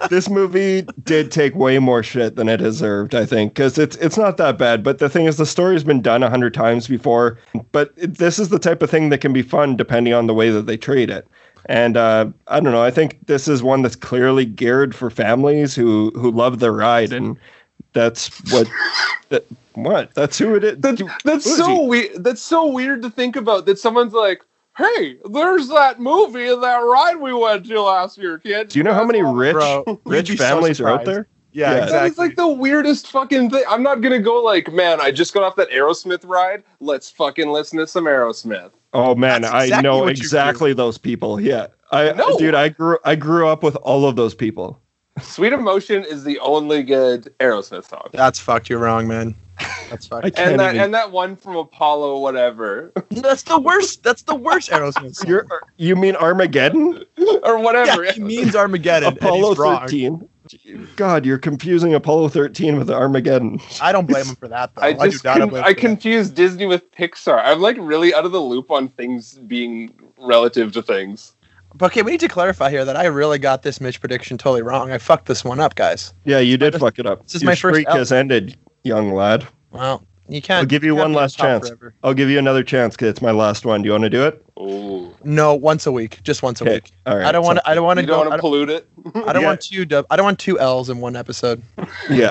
this movie did take way more shit than it deserved. I think because it's it's not that bad. But the thing is, the story's been done a hundred times before. But it- this is the type of thing that can be fun depending on the way that they treat it. And uh, I don't know. I think this is one that's clearly geared for families who who love the ride, and that's what that, what that's who it is. That's, that's so weird. That's so weird to think about. That someone's like, "Hey, there's that movie and that ride we went to last year, kid." Do you know how many rich Bro, rich you'd be so families are out surprised. there? Yeah, Yeah. That is exactly. like the weirdest fucking thing. I'm not gonna go like, man, I just got off that Aerosmith ride. Let's fucking listen to some Aerosmith. Oh man, That's I exactly know what you grew- exactly those people. Yeah. I No. dude, I grew I grew up with all of those people. Sweet Emotion is the only good Aerosmith song. That's fucked. You're wrong, man. That's fucked. I can't And that even- and that one from Apollo, whatever. That's the worst. That's the worst Aerosmith. song. You're you mean Armageddon? or whatever. yeah, he means Armageddon. and Apollo he's wrong. 13. God, you're confusing Apollo 13 with Armageddon. I don't blame him for that though. I I, just do not con- blame I him for that. confuse Disney with Pixar. I'm like really out of the loop on things being relative to things. But okay, we need to clarify here that I really got this Mitch prediction totally wrong. I fucked this one up, guys. Yeah, you did fuck it up. This is Your my first streak out. has ended, young lad. Well, you can't. I'll give you can't one be on last top chance. forever. I'll give you another chance cuz it's my last one. Do you want to do it? Oh, No, once a week, just once a Okay. week. All right. I don't want. to I don't want to you don't go. I want to don't, pollute it. I don't Yeah. want two. dub- I don't want two L's in one episode. Yeah.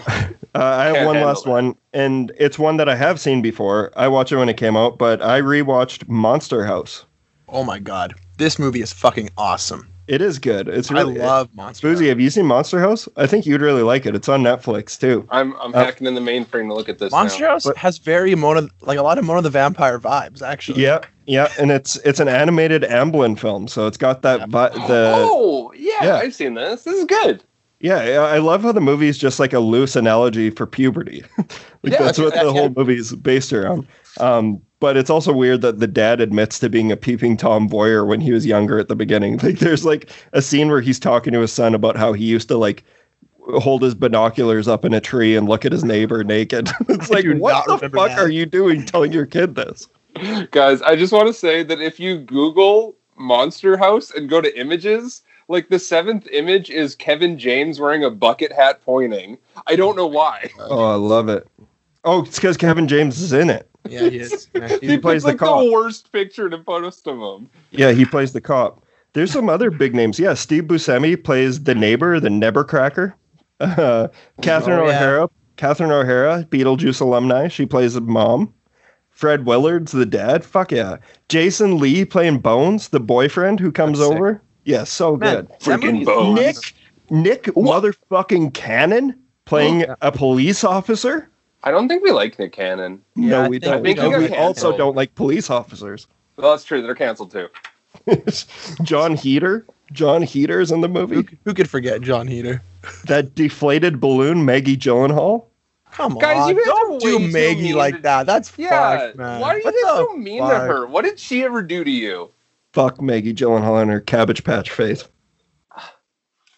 Uh, I have Can't one handle last it. one, and it's one that I have seen before. I watched it when it came out, but I rewatched Monster House. Oh my god, this movie is fucking awesome. It is good. It's really I love Monster. Boozy, have you seen Monster House? I think you'd really like it. It's on Netflix too. I'm I'm Oh. Uh, hacking in the mainframe to look at this. now. Monster House But- has very Mona, like a lot of Mona the Vampire vibes, actually. Yeah, yeah, and it's it's an animated Amblin film, so it's got that. But the oh yeah, yeah. I've seen this. This is good. yeah, I I love how the movie is just like a loose analogy for puberty. like Yeah, that's what the exactly. whole movie is based around. Um, but it's also weird that the dad admits to being a peeping tom voyeur when he was younger at the beginning. Like there's like a scene where he's talking to his son about how he used to like hold his binoculars up in a tree and look at his neighbor naked. it's like do what not the remember fuck that. are you doing telling your kid this? Guys, I just want to say that if you Google Monster House and go to images, like the seventh image is Kevin James wearing a bucket hat pointing. I don't know why. Oh, I love it. Oh, it's because Kevin James is in it. yeah, he is. Yeah, He, he's- plays plays the like the, cop. worst picture to post of him. Yeah, he plays the cop. There's some other big names. Yeah, Steve Buscemi plays the neighbor, the Nebercracker. Uh, Catherine Oh, yeah. O'Hara, Catherine O'Hara, Beetlejuice alumni. She plays the mom. Fred Willard's the dad. Fuck yeah. Jason Lee playing Bones, the boyfriend who comes That's sick. over. Yeah, so Man, good. that Freaking movie is bones. Nick, nuts. Nick, motherfucking Cannon playing Oh, Yeah. a police officer. I don't think we like Nick Cannon. Yeah, no, I we think don't. we And got we also canceled. don't like police officers. Well, that's true. They're canceled too. John Heater. John Heater's in the Who, movie. c- who could forget John Heater? That deflated balloon, Maggie Gyllenhaal. Come Guys, on, you guys are don't do way too Maggie mean like to- that. That's Yeah. fucked, man. Why are you What guys the so mean to fuck? her? What did she ever do to you? Fuck Maggie Gyllenhaal and her Cabbage Patch face.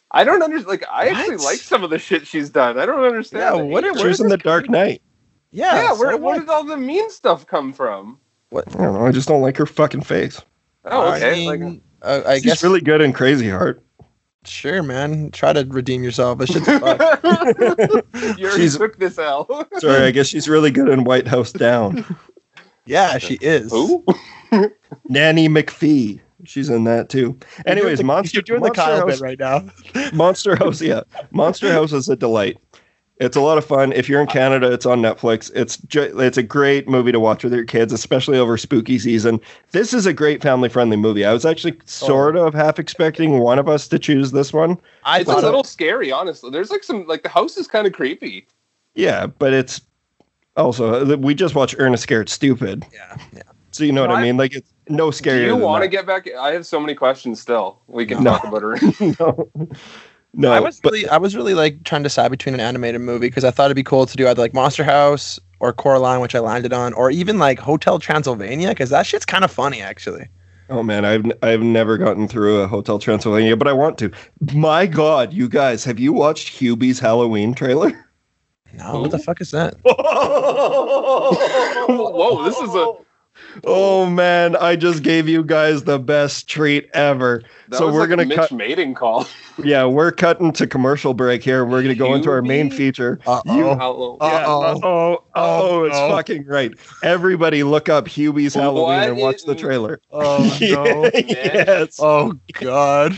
I don't understand. Like, I actually What? like some of the shit she's done. I don't understand. Yeah, it. what are- She was in The Dark Knight. Yeah, yeah, where, so where what? did all the mean stuff come from? I don't know. I just don't like her fucking face. Oh, I okay. like, mean, uh, I She's guess really good in Crazy Heart. sure, man. Try to redeem yourself. This shit's fucked. you already She's- took this L. Sorry, I guess she's really good in White House Down. Yeah, she is. Who? Nanny McPhee. She's in that too. Anyways, you're doing the, Monster, You're doing Monster the Kyle House bit right now. Monster House, yeah. Monster House is a delight. It's a lot of fun. If you're in Canada, it's on Netflix. It's ju- it's a great movie to watch with your kids, especially over spooky season. This is a great family friendly movie. I was Oh. actually sort of half expecting one of us to choose this one. I It's a thought little scary, honestly. There's like some like the house is kind of creepy. Yeah, but it's also we just watched Ernest Scared Stupid, Yeah, yeah. so you know what I What? mean. Like it's no Do scarier. you want to want get back? I have so many questions still. We can No. talk about her. get? no, no. I was but really, I was really like trying to decide between an animated movie because I thought it'd be cool to do either like Monster House or Coraline, which I landed on, or even like Hotel Transylvania because that shit's kind of funny actually. Oh man, I've I've never gotten through a Hotel Transylvania, but I want to. My God, you guys, have you watched Hubie's Halloween trailer? No, what the fuck is that? Whoa, this is a- Oh man, I just gave you guys the best treat ever. That So was we're like gonna a Mitch cut- mating call. Yeah, we're cutting to commercial break here. We're gonna go into our main Yubi. feature. Uh-oh. Hello. Uh, Uh-oh. oh, oh, it's Uh-oh. fucking right. Everybody, look up Hubie's What Halloween and watch the is- trailer. Oh no. yes. Oh god.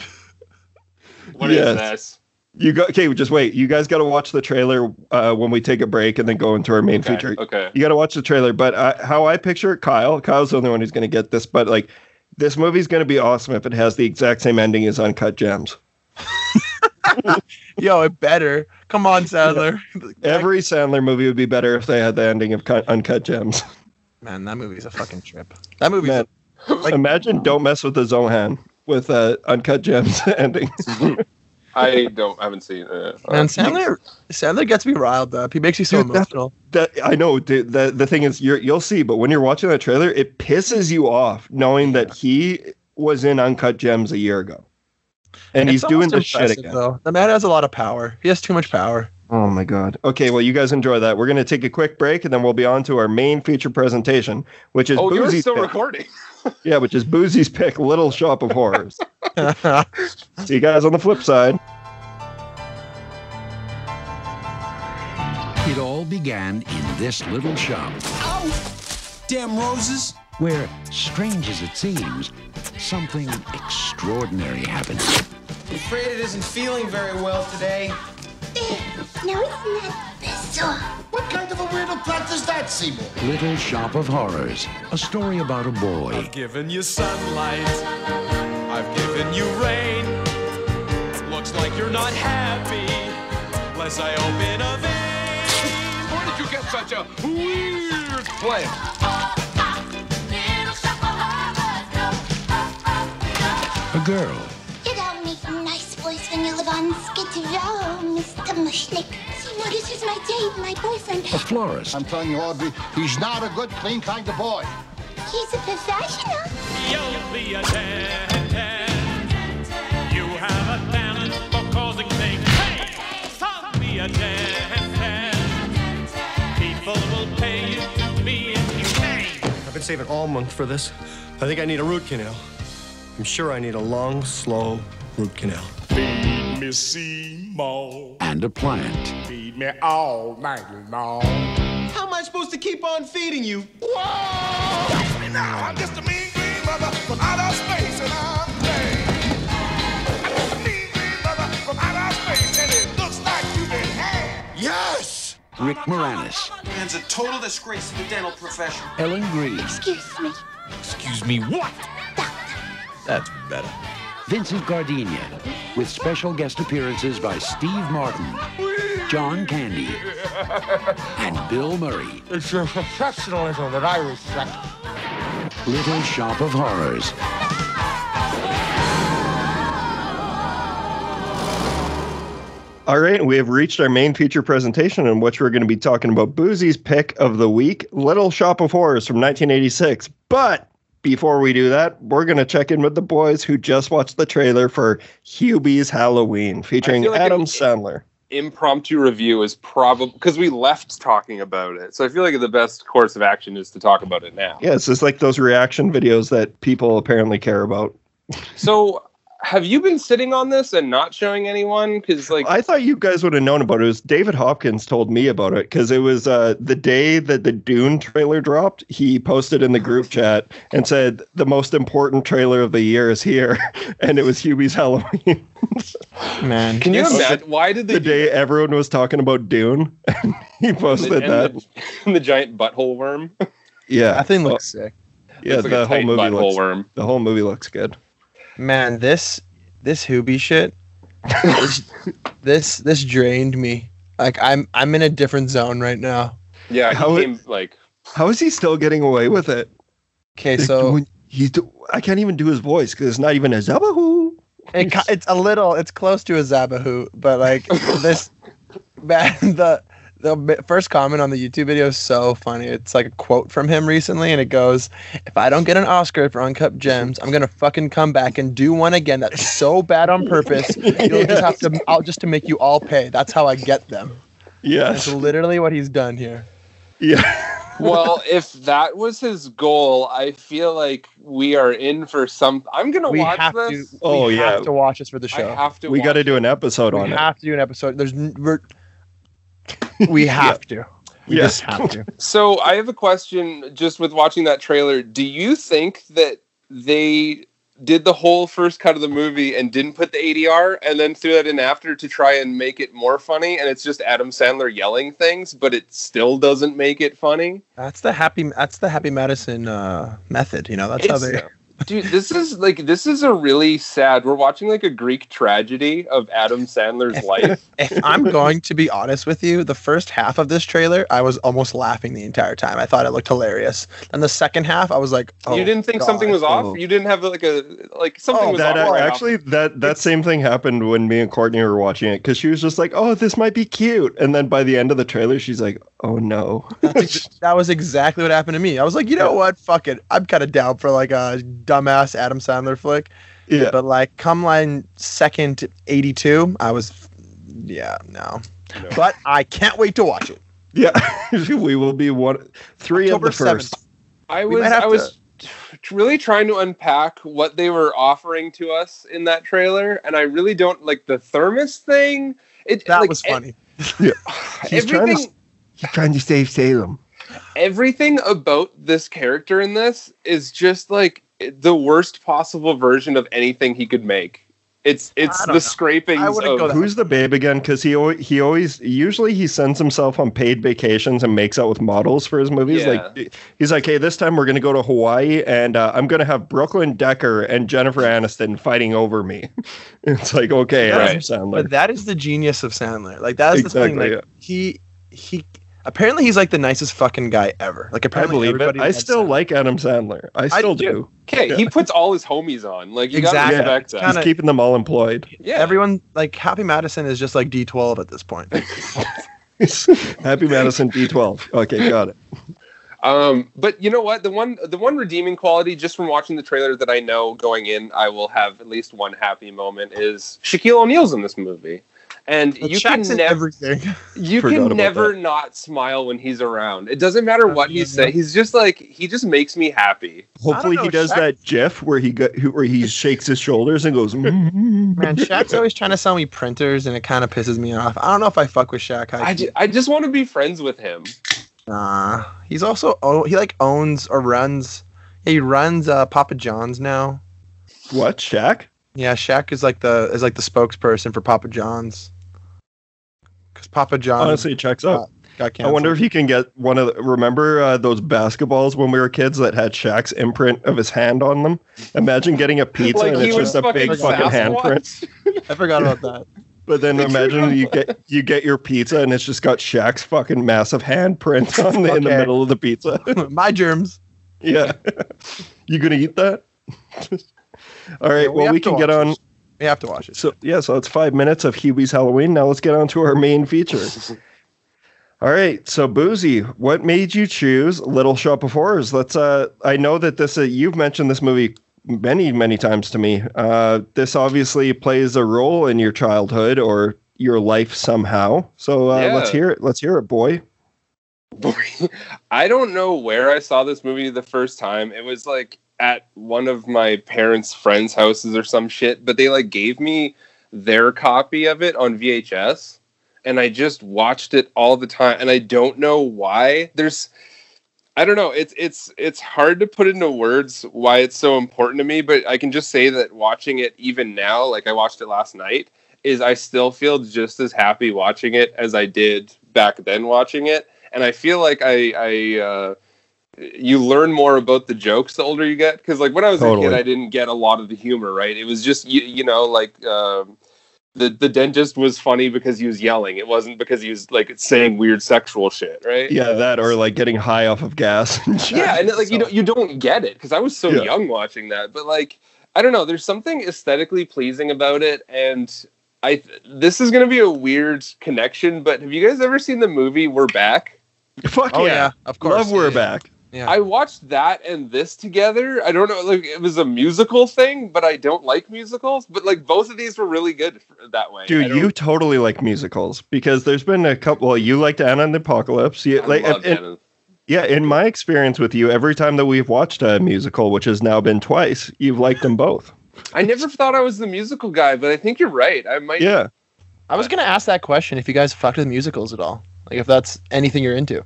What is yes. this? You go. Okay, just wait. You guys got to watch the trailer uh, when we take a break and then go into our main Okay. feature. Okay. You got to watch the trailer. But uh, how I picture it, Kyle, Kyle's the only one who's going to get this. But like, this movie's going to be awesome if it has the exact same ending as Uncut Gems. Yo, it better. Come on, Sadler. Every Sandler movie would be better if they had the ending of Cut, Uncut Gems. man, that movie's a fucking trip. That movie's Man, Like- um, imagine Don't Mess with the Zohan with uh, Uncut Gems ending. I don't. I haven't seen uh, it. man, Sandler Sandler gets me riled up. He makes me so Uh, Dude, that's- emotional. That I know. Dude, the the thing is, you're, you'll see, but when you're watching that trailer, it pisses you off knowing that he was in Uncut Gems a year ago, and It's he's doing almost this shit impressive, again. Though. The man has a lot of power. He has too much power. Oh my god. Okay, well, you guys enjoy that. We're gonna take a quick break, and then we'll be on to our main feature presentation, which is Oh, you're Boozy's still pick. recording. yeah, which is Boozy's pick, Little Shop of Horrors. see you guys on the flip side. It all began in this little shop Damn roses. where, strange as it seems, something extraordinary happened. Afraid it isn't feeling very well today. No, it's not bizarre. What kind of a weirdo plant is that, Seymour? Little Shop of Horrors, a story about a boy I've given you sunlight. I've given you rain. Looks like you're not happy. Unless I open a vein. Where did you get such a weird plant? A girl You don't make a nice voice when you live on Skid Row, Mr. Mushlick. Seymour, this is my date, my boyfriend. A florist. I'm telling you, Audrey, he's not a good, clean kind of boy. He's a professional. He owes me a ten. You have a talent for causing things. Hey, sell me a ten. People will pay you to be entertained. I've been saving all month for this. I think I need a root canal. I'm sure I need a long, slow root canal. Feed me Seymour. and a plant. Feed me all night long. How am I supposed to keep on feeding you? Catch me now. I'm just a mean green mother from outer space and I'm gay. I'm just a mean green mother from outer space and it looks like you've been had. Yes! Rick Moranis, Man's a total disgrace to the dental profession. Ellen Greaves, Excuse me, Excuse me, what? doctor. That's better. Vincent Gardenia, with special guest appearances by Steve Martin, John Candy, and Bill Murray. It's your professionalism that I respect. Little Shop of Horrors. All right, we have reached our main feature presentation in which we're going to be talking about Boozy's pick of the week, Little Shop of Horrors from 1986. But before we do that, we're going to check in with the boys who just watched the trailer for Hubie's Halloween featuring I feel like Adam it- Sandler. Impromptu review is probably because we left talking about it, so I feel like the best course of action is to talk about it now. Yeah, it's just like those reaction videos that people apparently care about. So, have you been sitting on this and not showing anyone? Because like, I thought you guys would have known about it. It was David Hopkins told me about it because it was uh, the day that the Dune trailer dropped. He posted in the group chat and said the most important trailer of the year is here, and it was Hubie's Halloween. Man. can you Yes. imagine? Why did they the day everyone was talking about Dune, and he and, posted that. the, and the giant butthole worm? yeah, That thing looks sick. yeah. Looks like the a whole tight movie butthole looks. worm. The whole movie looks good. Man, this this Hoobie shit this, this this drained me. Like I'm I'm in a different zone right now. Yeah, How he it- came like How is he still getting away with it? Okay, They're so doing- he's. do- I can't even do his voice because it's not even a Zabahoo. it, ki- it's a little it's close to a Zabahu, but like this man the the mi- first comment on the YouTube video is so funny. It's like a quote from him recently, and it goes, "If I don't get an Oscar for Uncut Gems, I'm gonna fucking come back and do one again. That's so bad on purpose. You'll just have to, I'll just to make you all pay. That's how I get them." Yes. That's literally what he's done here. Yeah. well, if that was his goal, I feel like we are in for some. I'm gonna We watch have this. to. Oh, we yeah. have to watch this for the I show. have to. We watch got to do an episode we on have to do an episode. There's n- we're, we have to. We Yeah. just have to. So I have a question just with watching that trailer. Do you think that they did the whole first cut of the movie and didn't put the ADR and then threw that in after to try and make it more funny and it's just Adam Sandler yelling things but it still doesn't make it funny? That's the happy. That's the happy Madison uh, method. You know. That's how It's- they. uh, Dude, this is like this is a really sad. We're watching like a Greek tragedy of Adam Sandler's life. If I'm going to be honest with you, the first half of this trailer, I was almost laughing the entire time. I thought it looked hilarious. And the second half, I was like, oh, you didn't think something God. was off? oh. You didn't have like a like something Oh, it. was That off. uh, right off. actually, that that same thing happened when me and Courtney were watching it because she was just like, "Oh, this might be cute," and then by the end of the trailer, she's like, "Oh no." That's ex- that was exactly what happened to me. I was like, you know what? Fuck it. I'm kind of down for like a dumbass Adam Sandler flick. yeah. But like, come line second 82, I was, yeah, no. But I can't wait to watch it. Yeah. we will be one three October of the first. 7th. I We was might have I was t- really trying to unpack what they were offering to us in that trailer, and I really don't like the thermos thing. It That like, was e- funny. He's trying to everything, He's trying to save Salem. everything about this character in this is just like the worst possible version of anything he could make. It's it's I the don't know. scrapings. I wouldn't of, go that- Who's the babe again? Because he al- he always usually he sends himself on paid vacations and makes out with models for his movies. Yeah. Like he's like, hey, this time we're gonna go to Hawaii and uh, I'm gonna have Brooklyn Decker and Jennifer Aniston fighting over me. it's like okay, Right. Adam Sandler. But that is the genius of Sandler. Like, that is the Exactly, thing. Like, he, he, apparently he's like the nicest fucking guy ever. Like, I apparently, believe it. everybody I loves still Sandler. like Adam Sandler. I still do. do. okay, he puts all his homies on. Like you Exactly. gotta respect that. He's Kinda- keeping them all employed. yeah, everyone, like, Happy Madison is just like D12 at this point. Happy Madison D12. Okay, got it. Um, but you know what? The one the one redeeming quality just from watching the trailer that I know going in, I will have at least one happy moment is Shaquille O'Neal's in this movie, and The you Shaq's can, in nev- everything. you Forgot can about never not smile when he's around. It doesn't matter what yeah, he says. yeah. He's just like he just makes me happy. Hopefully know, he does Shaq- that GIF where he go, where he shakes his shoulders and goes. "Mm." Man, Shaq's always trying to sell me printers, and it kind of pisses me off. I don't know if I fuck with Shaq. I, ju- I just want to be friends with him. Nah, Uh, he's also oh he like owns or runs. Yeah, he runs uh, Papa John's now. What Shaq? Yeah, Shaq is like the is like the spokesperson for Papa John's. Because Papa John's Honestly, it checks out. got I canceled. wonder if he can get one of. The, remember uh, those basketballs when we were kids that had Shaq's imprint of his hand on them? Imagine getting a pizza Like and he it's was just a fucking big fucking Sasquatch. handprint. I forgot about that. But then imagine you get you get your pizza and it's just got Shaq's fucking massive handprint on the, in the Okay. middle of the pizza. My germs. yeah, you gonna eat that? All right. Yeah, we well, have we to can get watch on. this. We have to watch it. So yeah, so it's five minutes of Hubie's Halloween. Now let's get on to our main feature. All right, so Boozy, what made you choose Little Shop of Horrors? Let's. Uh, I know that this. Uh, you've mentioned this movie many, many times to me. Uh, this obviously plays a role in your childhood or your life somehow. So uh, Yeah. let's hear it. Let's hear it, boy. I don't know where I saw this movie the first time. It was like at one of my parents' friends' houses or some shit, but they like gave me their copy of it on VHS and I just watched it all the time and I don't know why. There's I don't know. It's it's it's hard to put into words why it's so important to me, but I can just say that watching it even now, like I watched it last night, is I still feel just as happy watching it as I did back then watching it and I feel like I, I uh, you learn more about the jokes the older you get because like when I was a Totally. kid, I didn't get a lot of the humor. Right? It was just you, you know like um, the the dentist was funny because he was yelling. It wasn't because he was like saying weird sexual shit. Right? Yeah, that or like getting high off of gas. and shit. yeah, and like you don't you don't get it because I was so Yeah. young watching that. But like I don't know, there's something aesthetically pleasing about it, and I th- this is gonna be a weird connection. But have you guys ever seen the movie We're Back? Fuck Oh yeah, yeah. of course. Love, we're back. Yeah. I watched that and this together. I don't know, like it was a musical thing, but I don't like musicals. But like both of these were really good for, that way. I Dude, don't- you totally like musicals because there's been a couple. Well, you liked Anna and the Apocalypse. You, I like, love and- Anna. yeah, in my experience with you, every time that we've watched a musical, which has now been twice, you've liked them both. I never thought I was the musical guy, but I think you're right. I might. Yeah. I was gonna ask that question if you guys fucked with musicals at all, like if that's anything you're into.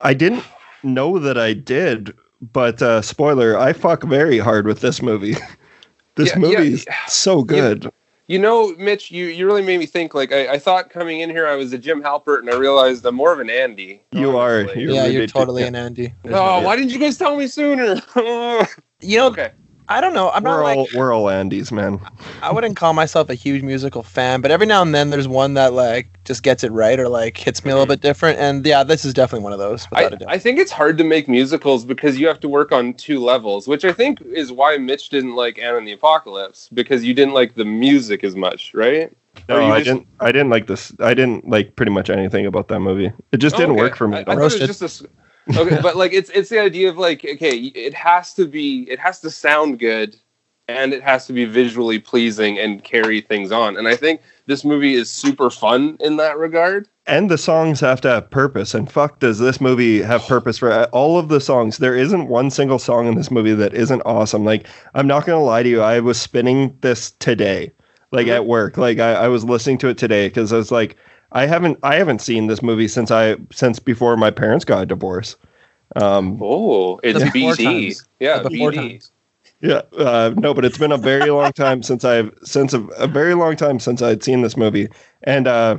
I didn't know that I did, but uh, spoiler, I fuck very hard with this movie. this Yeah, movie yeah, is so good. You know, Mitch, you, you really made me think. Like I, I thought coming in here, I was a Jim Halpert, and I realized I'm more of an Andy. You are. honestly. You're yeah, you're ridiculous. totally an Andy. Oh, why didn't you guys tell me sooner? You know, okay. I don't know. I'm not we're like all we're all Andes, man. I wouldn't call myself a huge musical fan, but every now and then there's one that like just gets it right or like hits me a little bit different. And yeah, this is definitely one of those. Without a I, doubt. I think it's hard to make musicals because you have to work on two levels, which I think is why Mitch didn't like Anna and the Apocalypse because you didn't like the music as much, right? No, Or you I just- didn't. I didn't like this. I didn't like pretty much anything about that movie. It just didn't Oh, Okay. work for me. I, I though. thought it Roasted. was just a s okay, but like it's it's the idea of like okay, it has to be it has to sound good, and it has to be visually pleasing and carry things on. And I think this movie is super fun in that regard. and the songs have to have purpose. And fuck, does this movie have purpose for all of the songs? There isn't one single song in this movie that isn't awesome. Like, I'm not gonna lie to you, I was spinning this today, like at work. Like, I, I was listening to it today because I was like, I haven't, I haven't seen this movie since I since before my parents got a divorce. Um, Oh, it's The before BD, times. yeah, The before BD. times. yeah, uh, no, but it's been a very long time since I've since a, a very long time since I'd seen this movie, and uh,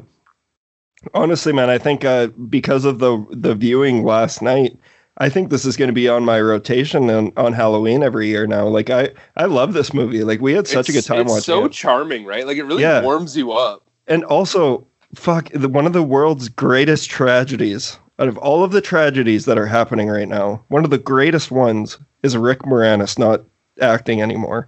honestly, man, I think uh, because of the the viewing last night, I think this is going to be on my rotation on, on Halloween every year now. Like I I love this movie. Like we had such a It's- good time It's watching so it, charming, right? Like it really Yeah. warms you up. and also fuck the, one of the world's greatest tragedies. Out of all of the tragedies that are happening right now, one of the greatest ones is Rick Moranis not acting anymore.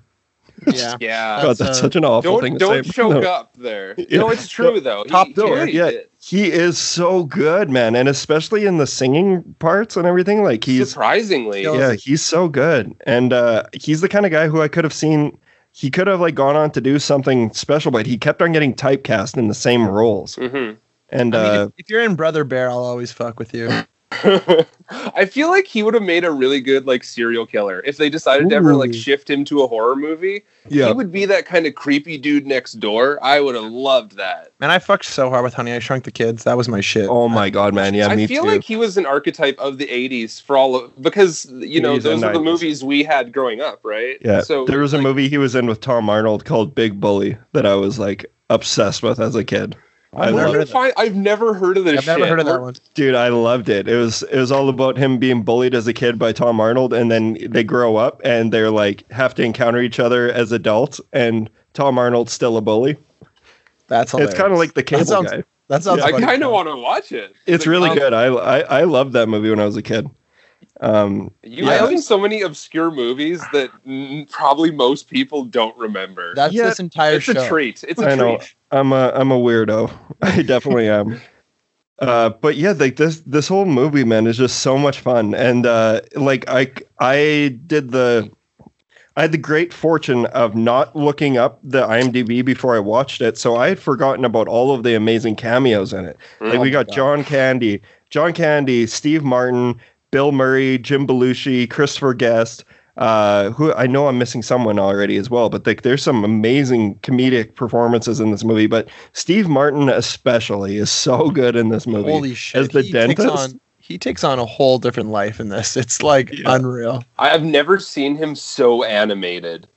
Yeah. Yeah. God, that's uh, such an awful thing don't to don't say. No. choke up there. Yeah. No, it's true though. Top he door, carried yeah. it. He is so good, man, and especially in the singing parts and everything. Like he's Surprisingly, Kills yeah, it. he's so good, and uh, he's the kind of guy who I could have seen. He could have like gone on to do something special, but he kept on getting typecast in the same roles. Mhm. And I mean, uh, if, if you're in Brother Bear, I'll always fuck with you. I feel like he would have made a really good like serial killer if they decided to ever like Ooh. shift him to a horror movie. yeah, He would be that kind of creepy dude next door. I would have loved that. Man, I fucked so hard with Honey I Shrunk the Kids. That was my shit. oh my god, man, yeah, I me feel too. like he was an archetype of the '80s for all of because you know 80s and those are the 90s. movies we had growing up, right? yeah, So there was a like, movie he was in with Tom Arnold called Big Bully that I was like obsessed with as a kid. I I've never loved heard I've, of that. I've never heard of this. I've never shit. heard of that one. Dude, I loved it. It was it was all about him being bullied as a kid by Tom Arnold, and then they grow up and they're like have to encounter each other as adults, and Tom Arnold's still a bully. That's hilarious. It's kind of like the cable that sounds, guy. That sounds. Yeah. I funny. kind of want to watch it. It's Like, really um, good. I, I I loved that movie when I was a kid. Um, You Yeah. own so many obscure movies that mm, probably most people don't remember. That's Yeah, this entire it's show. a treat. It's a I treat. know I'm a I'm a weirdo. I definitely am. Uh, but yeah, like this this whole movie, man, is just so much fun. And uh, like I I did the I had the great fortune of not looking up the IMDb before I watched it, so I had forgotten about all of the amazing cameos in it. Like we got John Candy, John Candy, Steve Martin, Bill Murray, Jim Belushi, Christopher Guest. Uh, who I know I'm missing someone already as well, but like there's some amazing comedic performances in this movie. But Steve Martin especially is so good in this movie. Holy shit! As the he dentist? Takes on, he takes on a whole different life in this. It's like Yeah. unreal. I have never seen him so animated.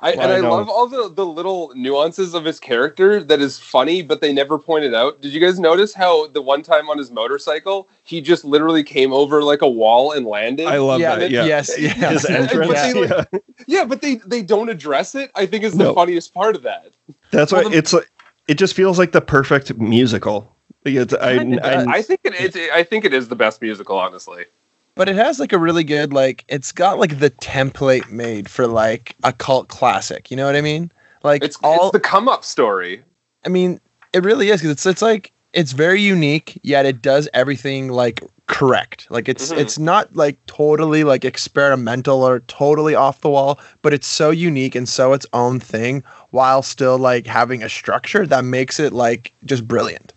I, Well, and I I know. love all the, the little nuances of his character that is funny, but they never pointed out. Did you guys notice how the one time on his motorcycle, he just literally came over like a wall and landed? I love yeah, that. Yeah, Yes. Yeah. his And- and entrance. what's he like- yeah. yeah, but they, they don't address it. I think is the No. funniest part of that. That's Well, why the- it's like, it just feels like the perfect musical. Like, It's, I, Kinda I- does. I think it, it, I think it is the best musical, honestly. But it has like a really good like it's got like the template made for like a cult classic. You know what I mean? Like It's all it's the come up story. I mean, it really is 'cause it's it's like it's very unique, yet it does everything like correct. Like it's Mhm. it's not like totally like experimental or totally off the wall, but it's so unique and so its own thing while still like having a structure that makes it like just brilliant.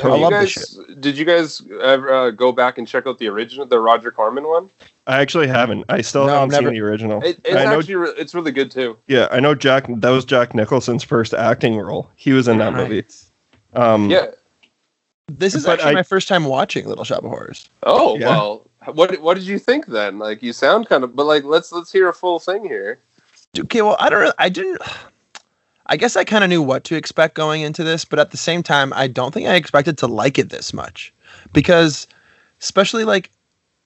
Have I you love this guys, did you guys ever uh, go back and check out the original, the Roger Corman one? I actually haven't. I still No, haven't never- seen the original. It, it's I know. actually re- it's really good too. yeah, I know. Jack. That was Jack Nicholson's first acting role. He was in that movie. Um, Yeah. This is But actually I- my first time watching Little Shop of Horrors. Oh Yeah. well. What what did you think then? Like you sound kind of, but like let's let's hear a full thing here. Okay, well, I don't really, I didn't I guess I kind of knew what to expect going into this, but at the same time, I don't think I expected to like it this much because especially like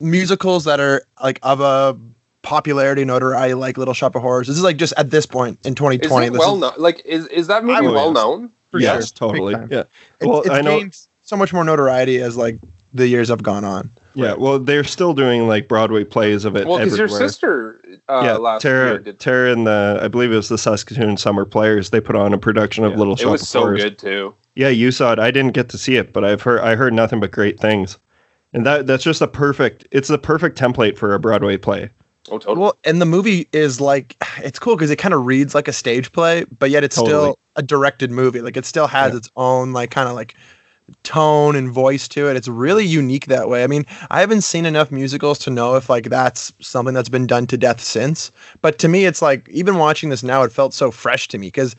musicals that are like of a popularity notoriety like Little Shop of Horrors. This is like just at this point in Is 2020 it this well is- known? Like is is that I movie would well ask. known? for yes, sure, big totally. time. Yeah. It's, Well, it's I know. gained so much more notoriety as like the years have gone on. Yeah. Well, they're still doing like Broadway plays of it Well, because everywhere. your sister uh, yeah, last Tara, year did. Tara and the I believe it was the Saskatoon Summer Players. They put on a production of Little it Shop was of so Horrors. good too. Yeah, you saw it. I didn't get to see it, but I've heard I heard nothing but great things. And that that's just a perfect it's the perfect template for a Broadway play. Oh, totally. Well, and the movie is like it's cool because it kind of reads like a stage play, but yet it's Totally. still a directed movie. Like it still has Yeah. its own like kind of like tone and voice to it. It's really unique that way. I mean, I haven't seen enough musicals to know if like that's something that's been done to death since. But to me, it's like even watching this now, it felt so fresh to me because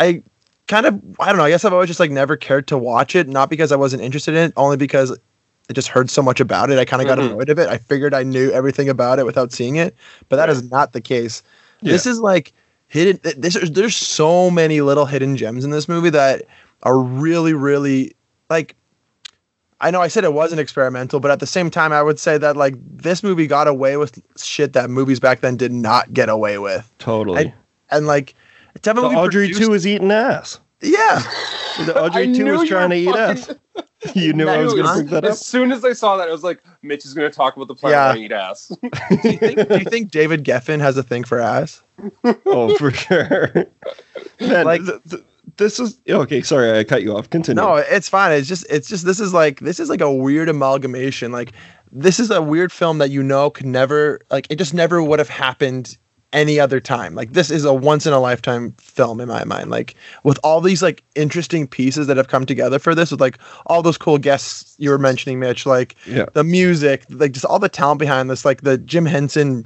I kind of I don't know. I guess I've always just like never cared to watch it, not because I wasn't interested in it, only because I just heard so much about it. I kind of got Mm-hmm. Mhm. annoyed of it. I figured I knew everything about it without seeing it, but that is not the case. This is like hidden. th- This is, there's so many little hidden gems in this movie that are really, really like. I know I said it wasn't experimental, but at the same time, I would say that like this movie got away with shit that movies back then did not get away with, Totally. and like it's The definitely Audrey produced- too is eating ass. Yeah, The I Audrey too knew was you trying were to eat us. fucking- You knew I was Knew going to Nice. bring that up. As soon as I saw that, I was like, Mitch is going to talk about the plan Yeah. I eat ass. do, you think, do you think David Geffen has a thing for ass? Oh, for sure. Man, Like- th- th- this is okay. Sorry, I cut you off. Continue. No, it's fine. It's just it's just this is like this is like a weird amalgamation. Like this is a weird film that you know could never like it just never would have happened any other time. Like this is a once in a lifetime film in my mind. Like with all these like interesting pieces that have come together for this with like all those cool guests you were mentioning Mitch, like Yeah. the music, like just all the talent behind this, like the Jim Henson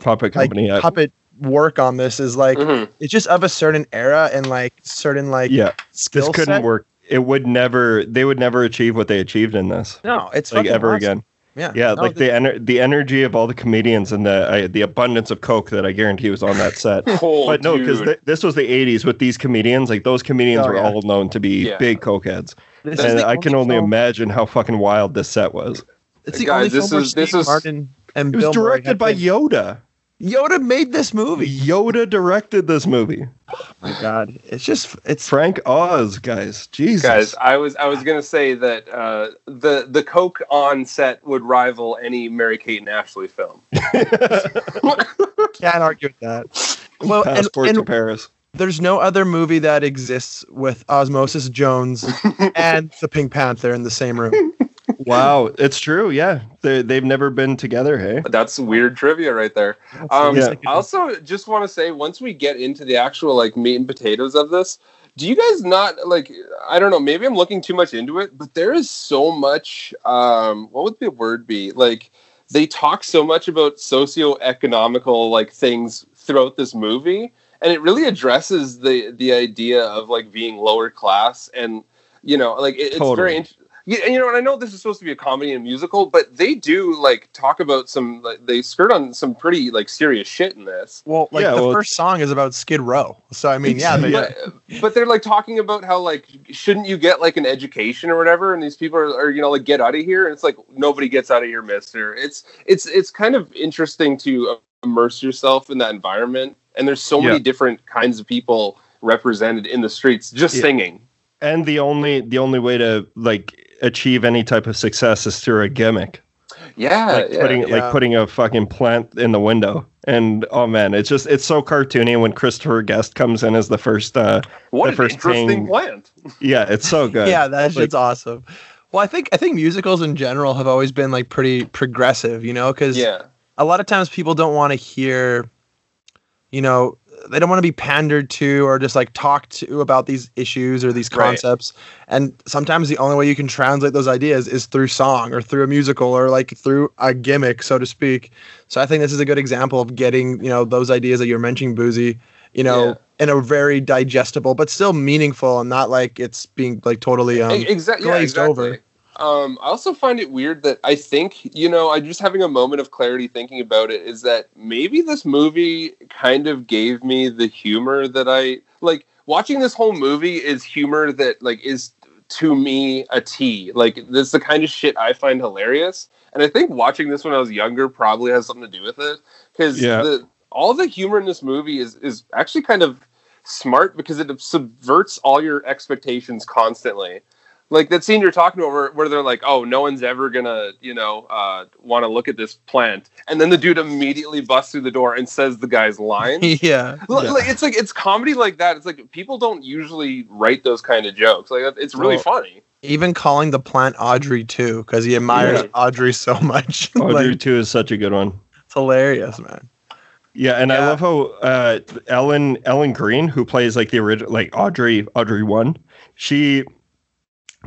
puppet like company. I- puppet work on this is like Mhm. it's just of a certain era and like certain like yeah, skill this couldn't set. work. It would never. They would never achieve what they achieved in this, No, it's like fucking ever awesome. again. Yeah, Yeah, No, like th- the ener- the energy of all the comedians and the I, the abundance of coke that I guarantee was on that set. Oh, but no, because dude. th- this was the '80s with these comedians. Like those comedians Oh, were yeah. all known to be Yeah. big cokeheads, this is and the I can only film- imagine how fucking wild this set was. It's the Guys, only this film where is- this Steve is- Martin and It was Bill Murray directed had by been- Yoda. Yoda made this movie. Yoda directed this movie. Oh my God, it's just it's Frank Oz, guys. Jesus. Guys, I was I was gonna say that uh, the the Coke on set would rival any Mary Kate and Ashley film. can't argue with that. Well, Oh, and, Passport to and Paris. there's no other movie that exists with Osmosis Jones and the Pink Panther in the same room. Wow, it's true. Yeah, they they've never been together. Hey, That's weird trivia right there. Um, Yeah. I also just want to say, once we get into the actual like meat and potatoes of this, do you guys not like? I don't know. Maybe I'm looking too much into it, but there is so much. Um, what would the word be? Like they talk so much about socioeconomical like things throughout this movie, and it really addresses the the idea of like being lower class and you know like it- it's Totally. very. Int- yeah, and you know, and I know this is supposed to be a comedy and musical, but they do like talk about some like they skirt on some pretty like serious shit in this. Well, like Yeah, the well- first song is about Skid Row, so I mean, yeah, they- But, but they're like talking about how like shouldn't you get like an education or whatever, and these people are, are you know like get out of here, and it's like nobody gets out of here, Mister. It's it's it's kind of interesting to immerse yourself in that environment, and there's so many Yeah. different kinds of people represented in the streets just Yeah. singing. and the only the only way to like achieve any type of success is through a gimmick Yeah, like yeah. putting yeah. like putting a fucking plant in the window and oh man it's just it's so cartoony when christopher guest comes in as the first uh what the an first interesting thing- plant. yeah it's so good yeah, that Like, shit's awesome. Well, I think I think musicals in general have always been like pretty progressive, you know, because Yeah. a lot of times people don't want to hear, you know, they don't want to be pandered to or just like talked to about these issues or these Right. concepts. And sometimes the only way you can translate those ideas is through song or through a musical or like through a gimmick, so to speak. So I think this is a good example of getting, you know, those ideas that you're mentioning, Boozy, you know, Yeah. in a very digestible but still meaningful and not like it's being like totally um, E- exac- yeah, glazed exactly. over. Um, I also find it weird that I think, you know, I'm just having a moment of clarity thinking about it is that maybe this movie kind of gave me the humor that I like watching this whole movie is humor that like is to me a T. Like this is the kind of shit I find hilarious. And I think watching this when I was younger probably has something to do with it. Because Yeah. the all the humor in this movie is is actually kind of smart because it subverts all your expectations constantly like that scene you're talking about where, where they're like oh no one's ever gonna you know uh, want to look at this plant and then the dude immediately busts through the door and says the guy's lying yeah. L- like, it's like it's comedy like that it's like people don't usually write those kind of jokes like it's really Well, funny Even calling the plant Audrey too, because he admires Yeah. Audrey so much. Audrey like, Oh, two is such a good one. it's hilarious, man. Yeah, and I Yeah. love how uh, Ellen Ellen Green, who plays like the original, like Audrey Audrey one, she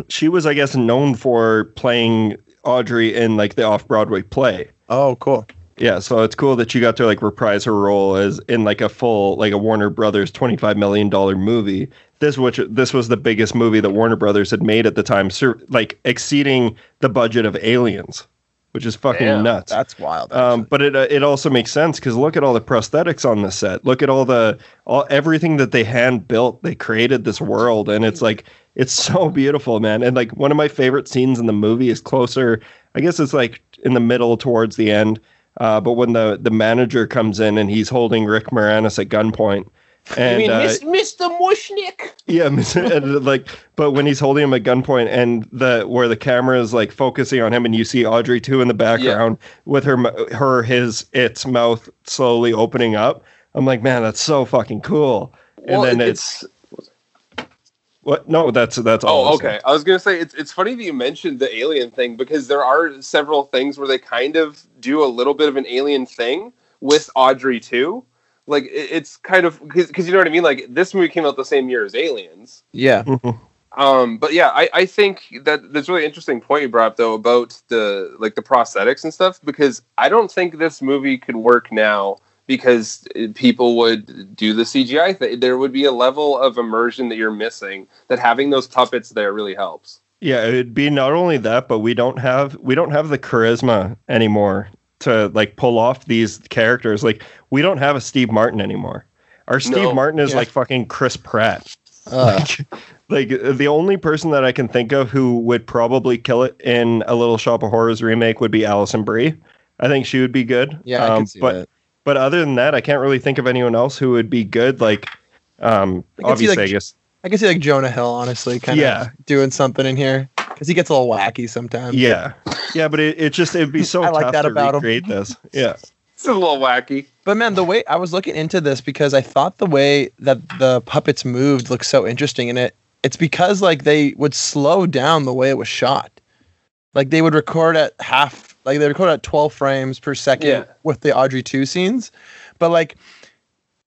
she was I guess known for playing Audrey in like the off Broadway play. Oh, cool. Yeah, so it's cool that she got to like reprise her role as in like a full like a Warner Brothers twenty five million dollar movie. This which this was the biggest movie that Warner Brothers had made at the time, sur- like exceeding the budget of Aliens, which is fucking Damn, nuts. That's wild. Um, but it uh, it also makes sense because look at all the prosthetics on the set. Look at all the all everything that they hand built. They created this world, and it's like it's so beautiful, man. And like one of my favorite scenes in the movie is closer. I guess it's like in the middle towards the end. Uh, but when the the manager comes in and he's holding Rick Moranis at gunpoint, and uh, mr mushnick yeah, Miss- and, like, but when he's holding him at gunpoint, and the where the camera is like focusing on him, and you see Audrey too in the background with her, mo- her, his, its mouth slowly opening up. I'm like, man, that's so fucking cool. Well, and then it- it's, what? No, that's that's all. Oh, I'm saying. okay. I was gonna say it's it's funny that you mentioned the alien thing because there are several things where they kind of do a little bit of an alien thing with Audrey too. Like it, it's kind of because you know what I mean. Like this movie came out the same year as Aliens. yeah. Um, but yeah, I, I think that that's a really interesting point you brought up though about the like the prosthetics and stuff because I don't think this movie could work now because uh, people would do the CGI thing. There would be a level of immersion that you're missing that having those puppets there really helps. Yeah, it'd be not only that, but we don't have we don't have the charisma anymore to like pull off these characters. Like we don't have a Steve Martin anymore. Our Steve No, Martin is yeah. like fucking Chris Pratt. Uh, Like uh, the only person that I can think of who would probably kill it in a Little Shop of Horrors remake would be Allison Brie. I think she would be good. yeah, I Um, can see but that. but other than that, I can't really think of anyone else who would be good. Like, um, I can see, obviously, like, I guess I can see like Jonah Hill, honestly, kind of Yeah. doing something in here because he gets a little wacky sometimes. yeah, yeah. But it, it just it'd be so I like tough that to about 'em. recreate this. Yeah. It's a little wacky. But man, the way I was looking into this because I thought the way that the puppets moved looked so interesting, and it it's because like they would slow down the way it was shot. Like they would record at half, like they record at twelve frames per second Yeah. with the Audrey two scenes, but like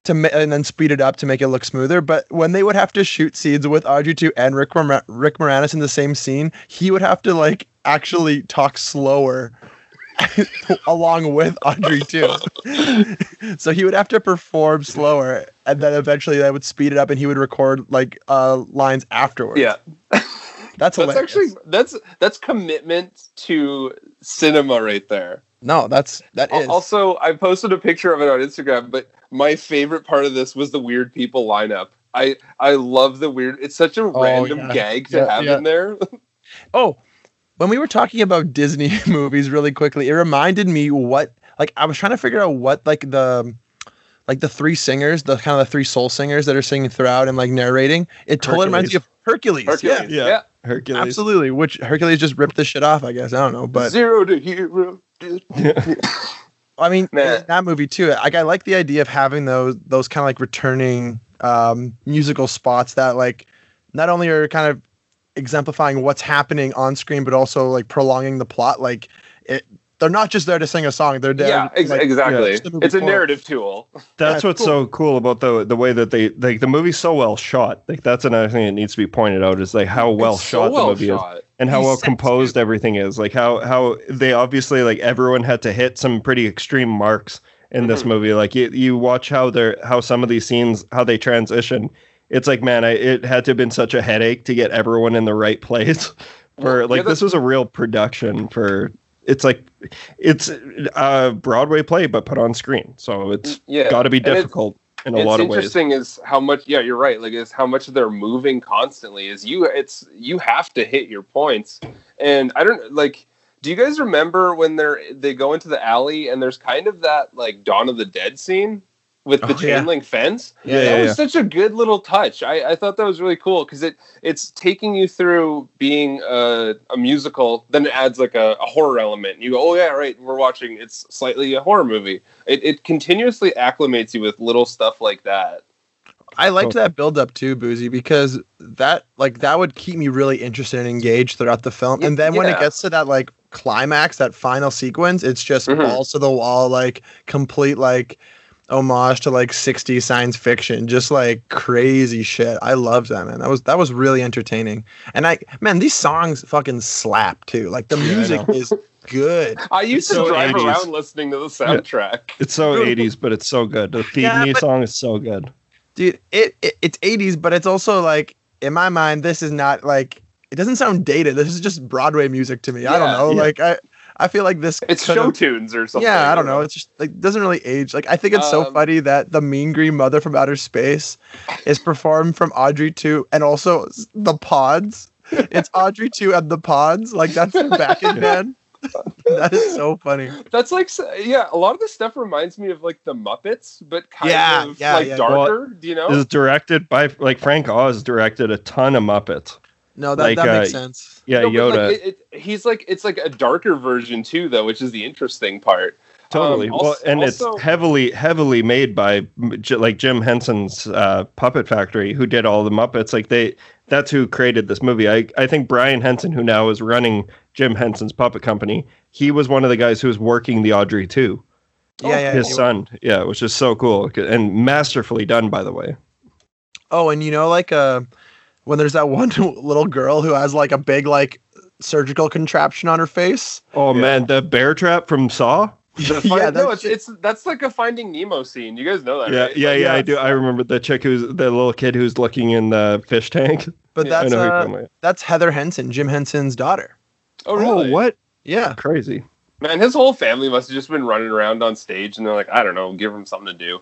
to ma- and then speed it up to make it look smoother. But when they would have to shoot scenes with Audrey two and Rick Mora- Rick Moranis in the same scene, he would have to like actually talk slower along with Audrey too. so he would have to perform slower, and then eventually that would speed it up, and he would record like uh, lines afterwards. Yeah. that's, That's hilarious. actually that's that's commitment to cinema right there. no, that's that Al- is Also, I posted a picture of it on Instagram, but my favorite part of this was the weird people lineup. I I love the weird. It's such a random Oh, yeah. gag to Yeah, have yeah. in there. Oh, when we were talking about Disney movies really quickly, it reminded me what like I was trying to figure out what like the like the three singers, the kind of the three soul singers that are singing throughout and like narrating. It totally Hercules. reminds me of Hercules. Hercules. Yeah. Yeah. Hercules. Yeah. Absolutely, which Hercules just ripped this shit off, I guess. I don't know, but Zero to hero. I mean, Nah. in that movie too. Like, I like the idea of having those those kind of like returning um, musical spots that like not only are kind of exemplifying what's happening on screen, but also like prolonging the plot. Like it, they're not just there to sing a song. They're there. yeah, ex- like, exactly. push the movie it's a forward. narrative tool. That's Yeah, what's so cool about the the way that they like the movie's so well shot. Like that's another thing that needs to be pointed out is like how well It's so shot well the movie is shot. and how He's well set composed everything is. Like how how they obviously like everyone had to hit some pretty extreme marks in this Mhm. movie. Like you you watch how they're how some of these scenes how they transition. It's like man, I, it had to have been such a headache to get everyone in the right place. Well, For yeah, like that's- this was a real production for. It's like it's a Broadway play, but put on screen. So it's Yeah, got to be and it's- difficult in a it's lot of ways. interesting is how much yeah you're right like is how much they're moving constantly is you it's you have to hit your points and i don't like do you guys remember when they're they go into the alley and there's kind of that like dawn of the dead scene with the Oh, chain yeah. link fence Yeah, that yeah, was yeah. such a good little touch i, I thought that was really cool because it it's taking you through being a, a musical then it adds like a, a horror element you go oh yeah right we're watching it's slightly a horror movie it, it continuously acclimates you with little stuff like that I liked that build up too, Boozy, because that like that would keep me really interested and engaged throughout the film. Y- And then when yeah. it gets to that like climax, that final sequence, it's just Mhm. balls to the wall, like complete like homage to like 60s science fiction, just like crazy shit. I loved that man. That was that was really entertaining. And I man, these songs fucking slap too. Like the music is good. I used to So drive 80s. around listening to the soundtrack. It's so eighties, but it's so good. The feed Yeah, me but- song is so good. dude it, it it's 80s but it's also like in my mind this is not like it doesn't sound dated this is just broadway music to me i don't Yeah, know yeah. like i i feel like this It's could've- show tunes or something. yeah i don't know it's just like doesn't really age like i think it's so Um, funny that the mean green mother from outer space is performed from audrey 2 and also s- the pods it's audrey 2 and the pods like that's the backing band that is so funny That's like, s- yeah, a lot of this stuff reminds me of like the Muppets, but kind Yeah, of yeah, like yeah. darker. do you know? It's directed by like Frank Oz directed a ton of Muppets. no that, Like, that makes uh, sense Yeah, No, but, Yoda. Like, it, it, he's like, it's like a darker version too, though, which is the interesting part. totally. um, well, also- and also- it's heavily, heavily made by m- j- like Jim Henson's uh, Puppet Factory, who did all the Muppets. Like they, that's who created this movie. I, I think Brian Henson, who now is running Jim Henson's puppet company, he was one of the guys who was working the Audrey too. yeah yeah his yeah. son. Yeah, which is so cool and masterfully done, by the way. Oh, and you know, like uh, when there's that one little girl who has like a big like surgical contraption on her face. Oh man, the bear trap from Saw. The fi- yeah, no, that it's, shit- it's that's like a Finding Nemo scene. You guys know that, Yeah, right? yeah, Like, yeah. I do. I remember the chick who's the little kid who's looking in the fish tank. But Yeah, I that's know who you're uh, talking about. that's Heather Henson, Jim Henson's daughter. Oh, really? Oh, what? Yeah, Crazy. Man, his whole family must have just been running around on stage, and they're like, I don't know, give him something to do.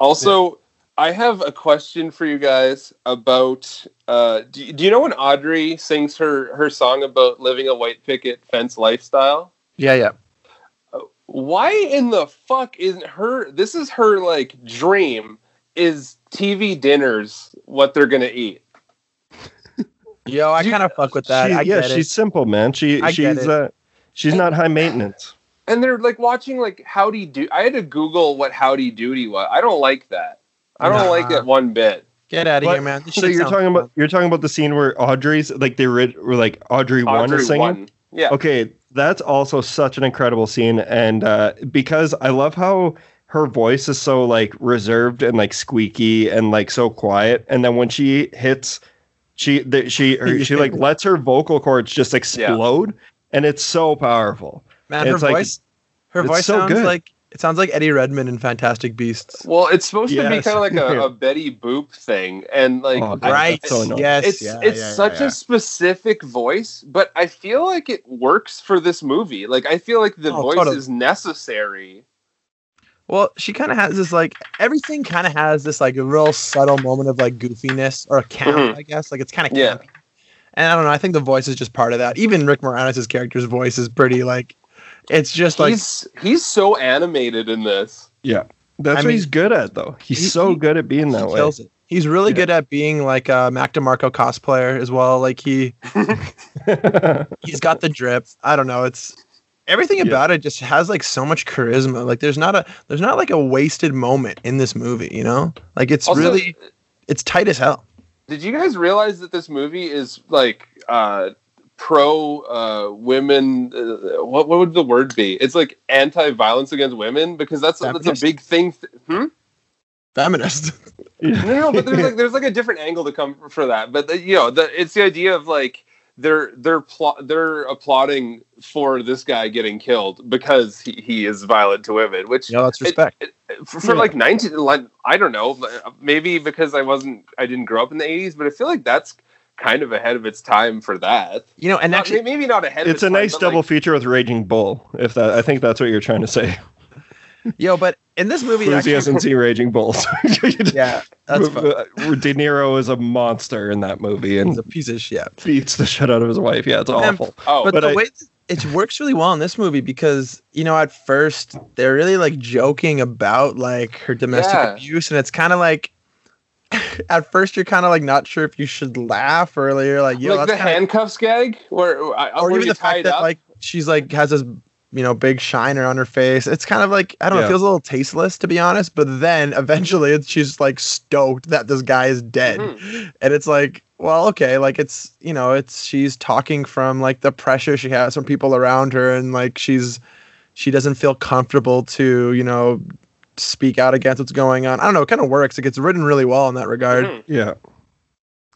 Also, I have a question for you guys about. Uh, do, do you know when Audrey sings her her song about living a white picket fence lifestyle? yeah, yeah. Why in the fuck isn't her? This is her like dream. Is TV dinners what they're gonna eat? Yo, I You- kind of fuck with that. She- I yeah, get she's it. simple, man. She I get she's it. uh, she's not high maintenance. And they're like watching like Howdy Do. I had to Google what Howdy Doody was. I don't like that. I don't Nah. like it one bit. Get out of What? here, man. This So shit you're sounds talking fun. about you're talking about the scene where Audrey's like they ri- were like Audrey, one Audrey is singing. won. Yeah. Oh, Okay, that's also such an incredible scene, and uh, because I love how her voice is so like reserved and like squeaky and like so quiet, and then when she hits, she the, she her, she like lets her vocal cords just explode, and it's so powerful. man. Her it's like- voice, her it's voice so sounds good. like it sounds like Eddie Redmond in Fantastic Beasts. Well, it's supposed to be Yes. kind of like a, Yeah. a Betty Boop thing, and like Oh, God, I- Right? that's so annoying. yes. it's yeah, it's yeah, yeah, such yeah. a specific voice, but I feel like it works for this movie. Like I feel like the Oh, voice totally. is necessary. Well, she kind of has this like everything kind of has this like real subtle moment of like goofiness or a camp, Mhm. I guess. Like it's kind of Yeah. campy. And I don't know. I think the voice is just part of that. Even Rick Moranis' character's voice is pretty like it's just like he's he's so animated in this. That's I what mean, he's good at, though. He's he- so he- good at being he that way. kills it. He's really Yeah. good at being like a Mac DeMarco cosplayer as well. Like he he's got the drip. I don't know. It's everything Yeah. about it just has like so much charisma. Like there's not a there's not like a wasted moment in this movie, you know? Like it's Also, really it's tight as hell. did you guys realize that this movie is like uh, pro uh, women. Uh, what what would the word be? It's like anti violence against women because that's that's Feminist? a big thing. Th- hmm? Feminist. No, no, no, but there's like there's like a different angle to come for that. But the, you know, the, it's the idea of like they're they're pl- they're applauding for this guy getting killed because he, he is violent to women, which No, that's It- respect. for, for like 19 like, i don't know uh, maybe because i wasn't i didn't grow up in the 80s but i feel like that's kind of ahead of its time for that you know, and Not- actually, maybe not ahead of It's a time, nice but, double like, feature with Raging Bull. If that, I think that's what you're trying to say. yo, but in this movie, it Boozy actually, hasn't seen Raging Bull. so you just- yeah, that's fun. Uh, De Niro is a monster in that movie He's and a piece of shit. beats the shit out of his wife. Yeah, it's Man, awful. oh but, uh, but the I- way th- it works really well in this movie because you know at first they're really like joking about like her domestic Yeah. abuse and it's kind of like at first you're kind of like not sure if you should laugh or you're like yo like the that's kinda, handcuffs gag where, I- I- or where even you the tied fact that up like she's like has this you know big shiner on her face it's kind of like i don't know Yeah. it feels a little tasteless to be honest but then eventually it's, she's like stoked that this guy is dead Mm-hmm. and it's like well okay like it's you know it's she's talking from like the pressure she has from people around her and like she's she doesn't feel comfortable to you know speak out against what's going on i don't know it kind of works it gets written really well in that regard Mhm. Yeah.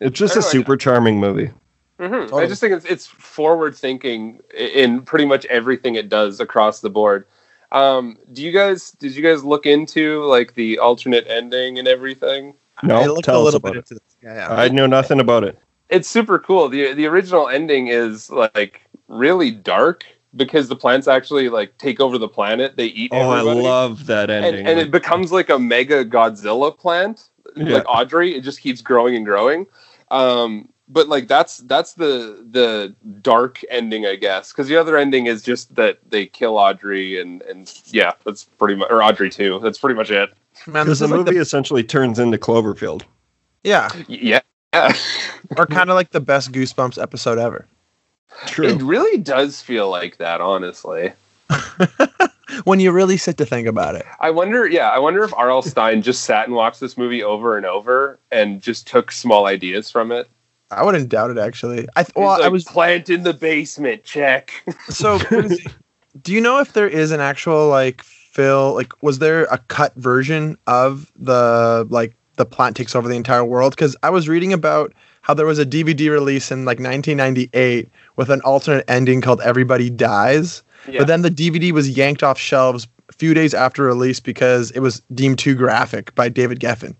It's just I a don't know, I- super charming movie. Mhm. I Totally. just think it's, it's forward thinking i- in pretty much everything it does across the board. Um, do you guys did you guys look into like the alternate ending and everything? I No, looked tell us little about bit it. into this. Yeah, yeah. I know nothing about it. it's super cool. the The original ending is like really dark because the plants actually like take over the planet. They eat Oh, I everybody, love that and, ending. and it becomes like a mega Godzilla plant, Yeah. like Audrey. It just keeps growing and growing. Um, but like that's that's the the dark ending, I guess, because the other ending is just that they kill Audrey and and yeah, that's pretty much or Audrey too. That's pretty much it. because Man, this the is like movie the, essentially turns into Cloverfield. yeah Y- Yeah. or kind of like the best goosebumps episode ever It really does feel like that, honestly. when you really sit to think about it. I wonder, yeah, I wonder if R.L. Stein just sat and watched this movie over and over and just took small ideas from it. I wouldn't doubt it actually. I th- He's well, I like, was plant in the basement. Check. so. Quincy, do you know if there is an actual like Phil? Like, was there a cut version of the like the plant takes over the entire world? Because I was reading about how there was a DVD release in like 1998 with an alternate ending called Everybody Dies, Yeah. but then the DVD was yanked off shelves a few days after release because it was deemed too graphic by David Geffen.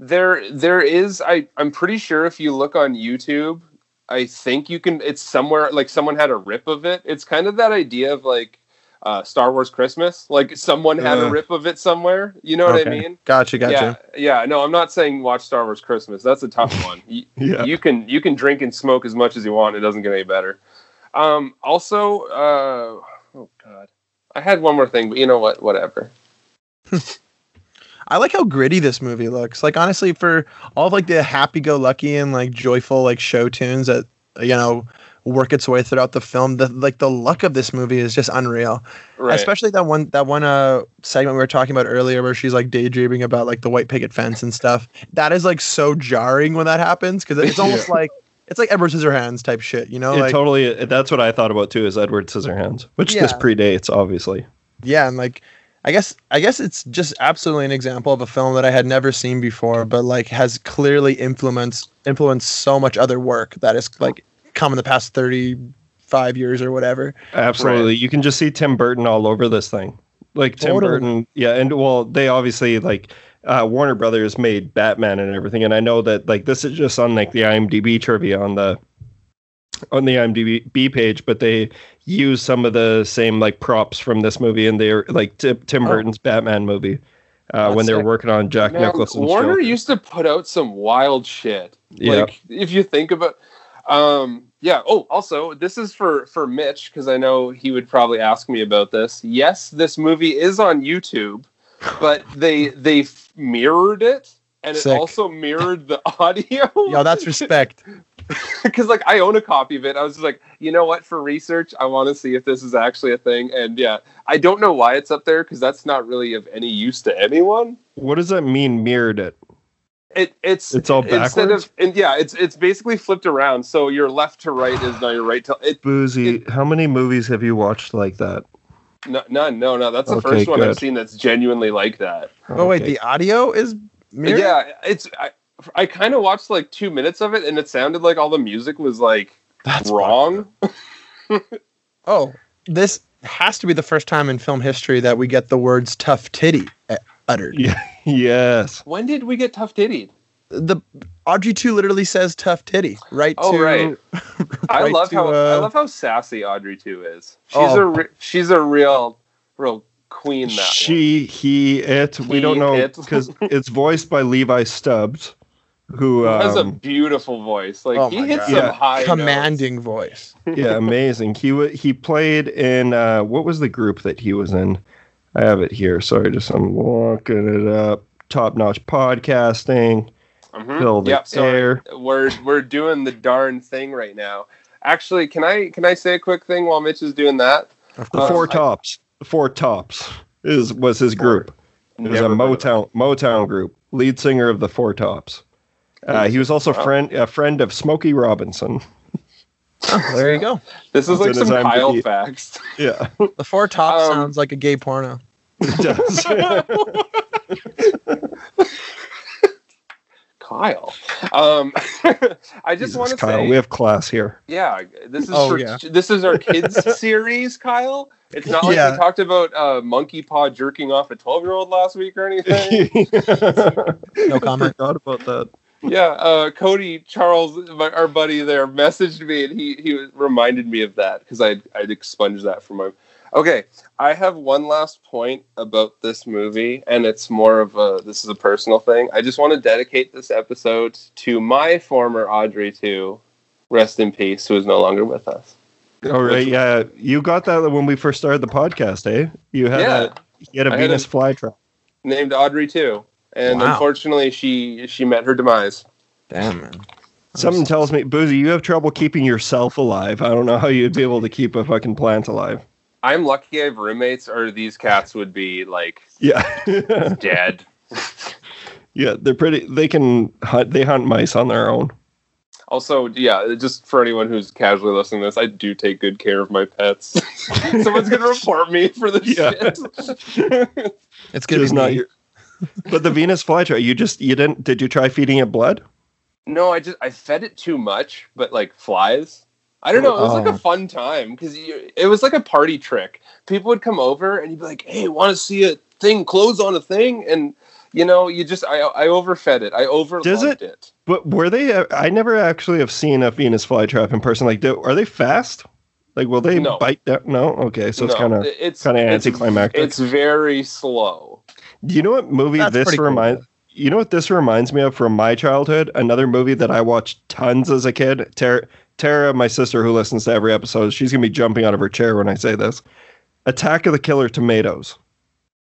there, there is. I, I'm pretty sure if you look on YouTube, I think you can. It's somewhere like someone had a rip of it. It's kind of that idea of like uh, Star Wars Christmas. Like someone had a Ugh. rip of it somewhere. You know what I Okay. mean? Gotcha, gotcha. Yeah, yeah. No, I'm not saying watch Star Wars Christmas. That's a tough one. You, Yeah. you can you can drink and smoke as much as you want. It doesn't get any better. Um, also, uh, oh god, I had one more thing, but you know what? Whatever. I like how gritty this movie looks. Like honestly, for all of like the happy-go-lucky and like joyful like show tunes that you know work its way throughout the film, the like the luck of this movie is just unreal. Right. Especially that one that one uh segment we were talking about earlier where she's like daydreaming about like the white picket fence and stuff. That is like so jarring when that happens because it's almost like it's like Edward Scissorhands type shit. You know, it like totally. That's what I thought about too. Is Edward Scissorhands, which this Yeah. predates, obviously. yeah and like i guess i guess it's just absolutely an example of a film that i had never seen before but like has clearly influenced influenced so much other work that has like come in the past 35 years or whatever Absolutely. You can just see Tim Burton all over this thing. Like Tim Totally. Burton, yeah, and well, they obviously like uh, Warner Brothers made Batman and everything, and I know that like this is just on like the IMDb trivia on the on the IMDb page, but they use some of the same like props from this movie and they're like Ti- Tim Burton's Batman movie uh, when Oh. That's they were sick. working on Jack Man, Nicholson's Warner Joker. used to put out some wild shit. Yeah. Like if you think about um yeah, oh, also this is for for Mitch cuz I know he would probably ask me about this. Yes, this movie is on YouTube, but they they f- mirrored it and it Sick. also mirrored the audio. yo that's respect cuz like I own a copy of it. I was just like, "You know what? For research, I want to see if this is actually a thing." And yeah, I don't know why it's up there cuz that's not really of any use to anyone. What does that mean? Mirrored it. it it's It's all instead backwards? of and yeah, it's it's basically flipped around. So your left to right is now your right to it. Boozy, how many movies have you watched like that? No, none, no, no. That's the Okay, first one I've good. seen that's genuinely like that. Oh wait, Okay. the audio is mirrored? Yeah, it's I, I kind of watched like two minutes of it, and it sounded like all the music was like that's wrong. Oh, this has to be the first time in film history that we get the words "tough titty" uh, uttered. Yes. When did we get tough tittied? The Audrey two literally says "tough titty" right Oh, to right. I Right love to, how I uh, love how sassy Audrey too is. She's Oh. a re- she's a real real queen. That one. She, he, it. we He, don't know it. because it's voiced by Levi Stubbs, who has a um, beautiful voice. Like oh he my God. hits some Yeah. high notes. commanding voice. yeah, amazing. He wa he played in uh, what was the group that he was in? I have it here. Sorry, just I'm looking it up. Top notch podcasting. Mhm. Fill the Yep, sorry. air. we're we're doing the darn thing right now. Actually, can I can I say a quick thing while Mitch is doing that? Of The Um, Four I- Tops. The Four Tops is was his group. It was a Never heard Motown of Motown group. Lead singer of the Four Tops. Uh, he was also Wow. friend a friend of Smokey Robinson. There you go. it. This It's is like in his some Kyle IMDb. facts. Yeah, The four top Um, sounds like a gay porno. it does. Kyle, um, I just want Jesus, to Kyle, say, we have class here. yeah, this is Oh, for, yeah. this is our kids series, Kyle. It's not like Yeah. we talked about uh, monkey paw jerking off a twelve year old last week or anything. Forgot No comment. Oh about that. yeah, uh, Cody Charles, my, our buddy there, messaged me and he he reminded me of that because I'd I'd expunged that from my. Okay, I have one last point about this movie, and it's more of a this is a personal thing. I just want to dedicate this episode to my former Audrey too. Rest in peace, who is no longer with us. All right, Oh, yeah, you got that when we first started the podcast, eh? You had yeah, a you had a I had Venus a- flytrap. named Audrey too, and Wow. unfortunately, she she met her demise. Damn man. Something tells me, Boozy, you have trouble keeping yourself alive. I don't know how you'd be able to keep a fucking plant alive. I'm lucky I have roommates, or these cats would be like Yeah, dead. yeah, they're pretty. They can hunt. They hunt mice on their own. Also, yeah, just for anyone who's casually listening to this, I do take good care of my pets. Someone's gonna report me for this Yeah. shit. It's gonna Just be not me. your. But the Venus flytrap, you just you didn't. Did you try feeding it blood? no, I just I fed it too much, but like flies. I don't know. It was like Oh. a fun time because it was like a party trick. People would come over and you'd be like, "Hey, want to see a thing close on a thing?" And you know, you just I I overfed it. I over Does loved it- it. But were they? uh, I never actually have seen a Venus flytrap in person. Like, do, are they fast? Like, will they No. bite down? No. Okay, so it's No, kind of. it's kinda it's- anticlimactic. It's very slow. Do you know what movie That's this pretty cool. reminds? You know what this reminds me of from my childhood? Another movie that I watched tons as a kid. Tara, Tara, my sister who listens to every episode, she's gonna be jumping out of her chair when I say this. Attack of the Killer Tomatoes.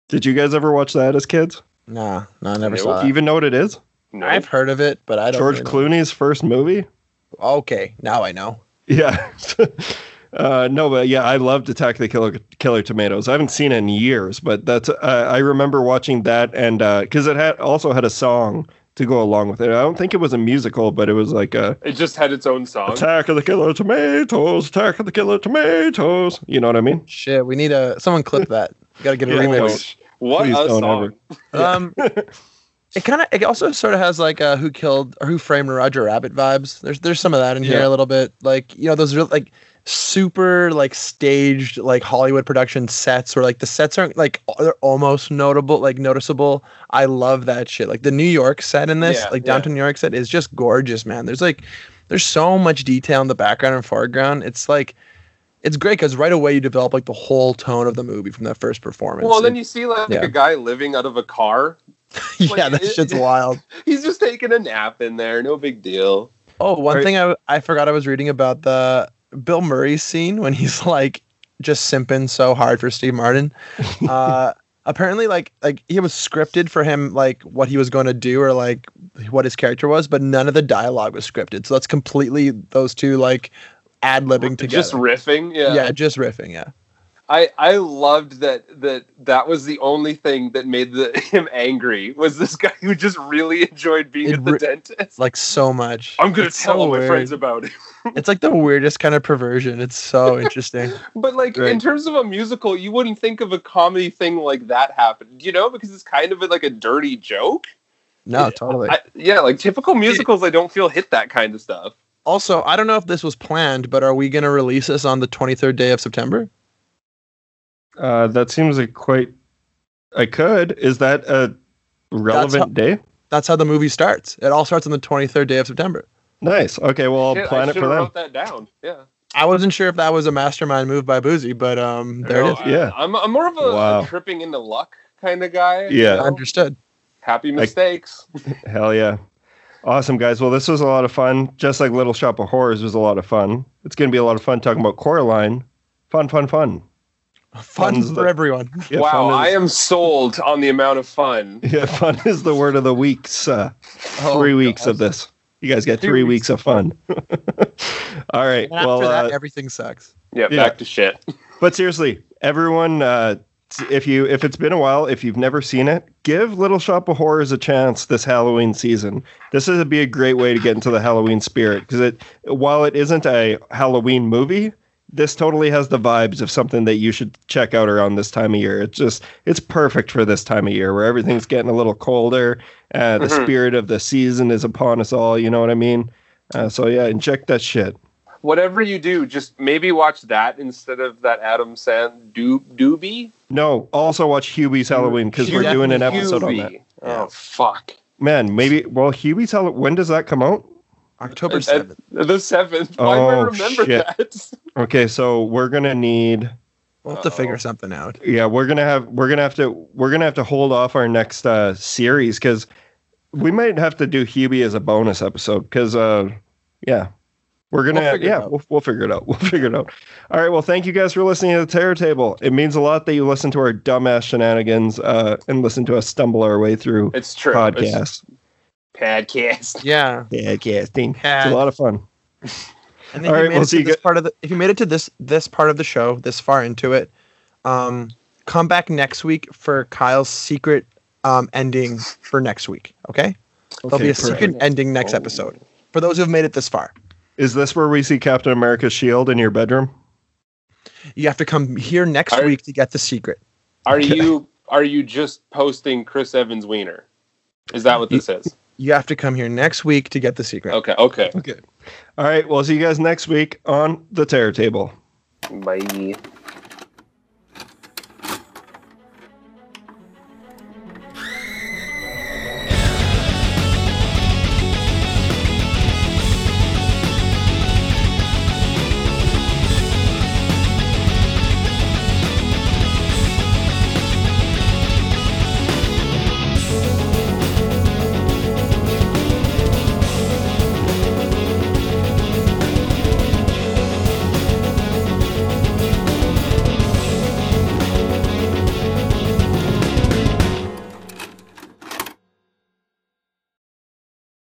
Did you guys ever watch that as kids? Nah, no, I never Nope. saw Do you it. even know what it is? No. I've heard of it, but I don't. George really- Clooney's first movie. Okay, now I know. Yeah. Uh, no, but yeah, I loved Attack of the Killer Killer Tomatoes. I haven't seen it in years, but that's uh, I remember watching that and because it had also had a song to go along with it. I don't think it was a musical, but it was like a It just had its own song. Attack of the Killer Tomatoes, Attack of the Killer Tomatoes. You know what I mean? Shit, we need a someone clip that. We gotta get a Yeah, remix. What Please a don't song. ever. Um, it kind of it also sort of has like uh who killed or who framed Roger Rabbit vibes. There's there's some of that in here Yeah. a little bit. Like you know those real like super like staged like Hollywood production sets where like the sets aren't like al- they're almost notable like noticeable. I love that shit. Like the New York set in this Yeah, like yeah. downtown New York set is just gorgeous, man. There's like there's so much detail in the background and foreground. It's like it's great because right away you develop like the whole tone of the movie from that first performance. Well, then It- you see like Yeah. a guy living out of a car. yeah, like, that it- shit's it- wild. He's just taking a nap in there. No big deal. Oh, one Or- thing I, I forgot I was reading about the Bill Murray scene when he's like just simping so hard for Steve Martin. Uh, apparently, like like it was scripted for him, like what he was going to do or like what his character was, but none of the dialogue was scripted. So that's completely those two like ad libbing together. Just riffing. Yeah. yeah. just riffing. Yeah, I I loved that that that was the only thing that made the, him angry was this guy who just really enjoyed being It at the re- dentist. like so much. I'm gonna It's tell so all my weird. friends about it. It's like the weirdest kind of perversion. It's so interesting. But like in Right. terms of a musical, you wouldn't think of a comedy thing like that happened, you know, because it's kind of like a dirty joke. No, totally. I, yeah, like typical musicals, I don't feel hit that kind of stuff. also, I don't know if this was planned, but are we going to release this on the 23rd day of September? Uh, that seems like quite. I could. Is that a relevant how- day? That's how the movie starts. It all starts on the 23rd day of September. Nice. Okay. Well, I'll Shit, plan I it should for have them. wrote that down. Yeah, I wasn't sure if that was a mastermind move by Boozy, but um, there it No, is. I- Yeah. I'm, I'm more of a, a Wow. tripping into luck kind of guy. you Yeah. know? Understood. happy mistakes. Hell yeah. Awesome, guys. Well, this was a lot of fun. Just like Little Shop of Horrors was a lot of fun. It's going to be a lot of fun talking about Coraline. Fun, fun, fun. Fun Fun's for the- everyone. Yeah, wow, fun I is- am sold on the amount of fun. Yeah, fun is the word of the weeks. Uh, Oh, three weeks of this. You guys got Three three weeks. weeks of fun. All right. And after Well, that, uh, everything sucks. Yeah, Yeah. back to shit. but seriously, everyone, uh, t- if you if it's been a while, if you've never seen it, give Little Shop of Horrors a chance this Halloween season. This would be a great way to get into the Halloween spirit because it, while it isn't a Halloween movie, this totally has the vibes of something that you should check out around this time of year. It's just it's perfect for this time of year where everything's getting a little colder. Uh, the Mhm. spirit of the season is upon us all. You know what I mean? Uh, so yeah, inject that shit. Whatever you do, just maybe watch that instead of that Adam Sand do- doobie. No, also watch Hubie's Halloween because we're doing an episode on that. Doobie. Oh fuck! Man, maybe. Well, Hubie's Halloween. When does that come out? October And- and 7th. the seventh. Why do I Oh, remember shit. that? Okay, so we're gonna need. We'll have to Uh-oh. figure something out. Yeah, we're gonna have. We're gonna have to. We're gonna have to hold off our next uh, series because we might have to do Hubie as a bonus episode because. Uh, yeah. We're gonna, We'll figure it yeah, out. we'll, we'll figure it out. We'll figure it out. All right. Well, thank you guys for listening to the Terror Table. It means a lot that you listen to our dumbass shenanigans uh, and listen to us stumble our way through It's true. It's podcasts. podcast. Yeah. Podcasting. It's a lot of fun. And then All if right, you made we'll it see to you this gu- part of the if you made it to this this part of the show, this far into it, um, come back next week for Kyle's secret um, ending for next week. Okay, there'll Okay, be a perfect. Oh. secret ending next episode for those who've made it this far. Is this where we see Captain America's shield in your bedroom? You have to come here next Are- week to get the secret. Are you are you just posting Chris Evans wiener? Is that what this is? You have to come here next week to get the secret. Okay. Okay. All right, we'll see you guys next week on the Terror Table. Bye.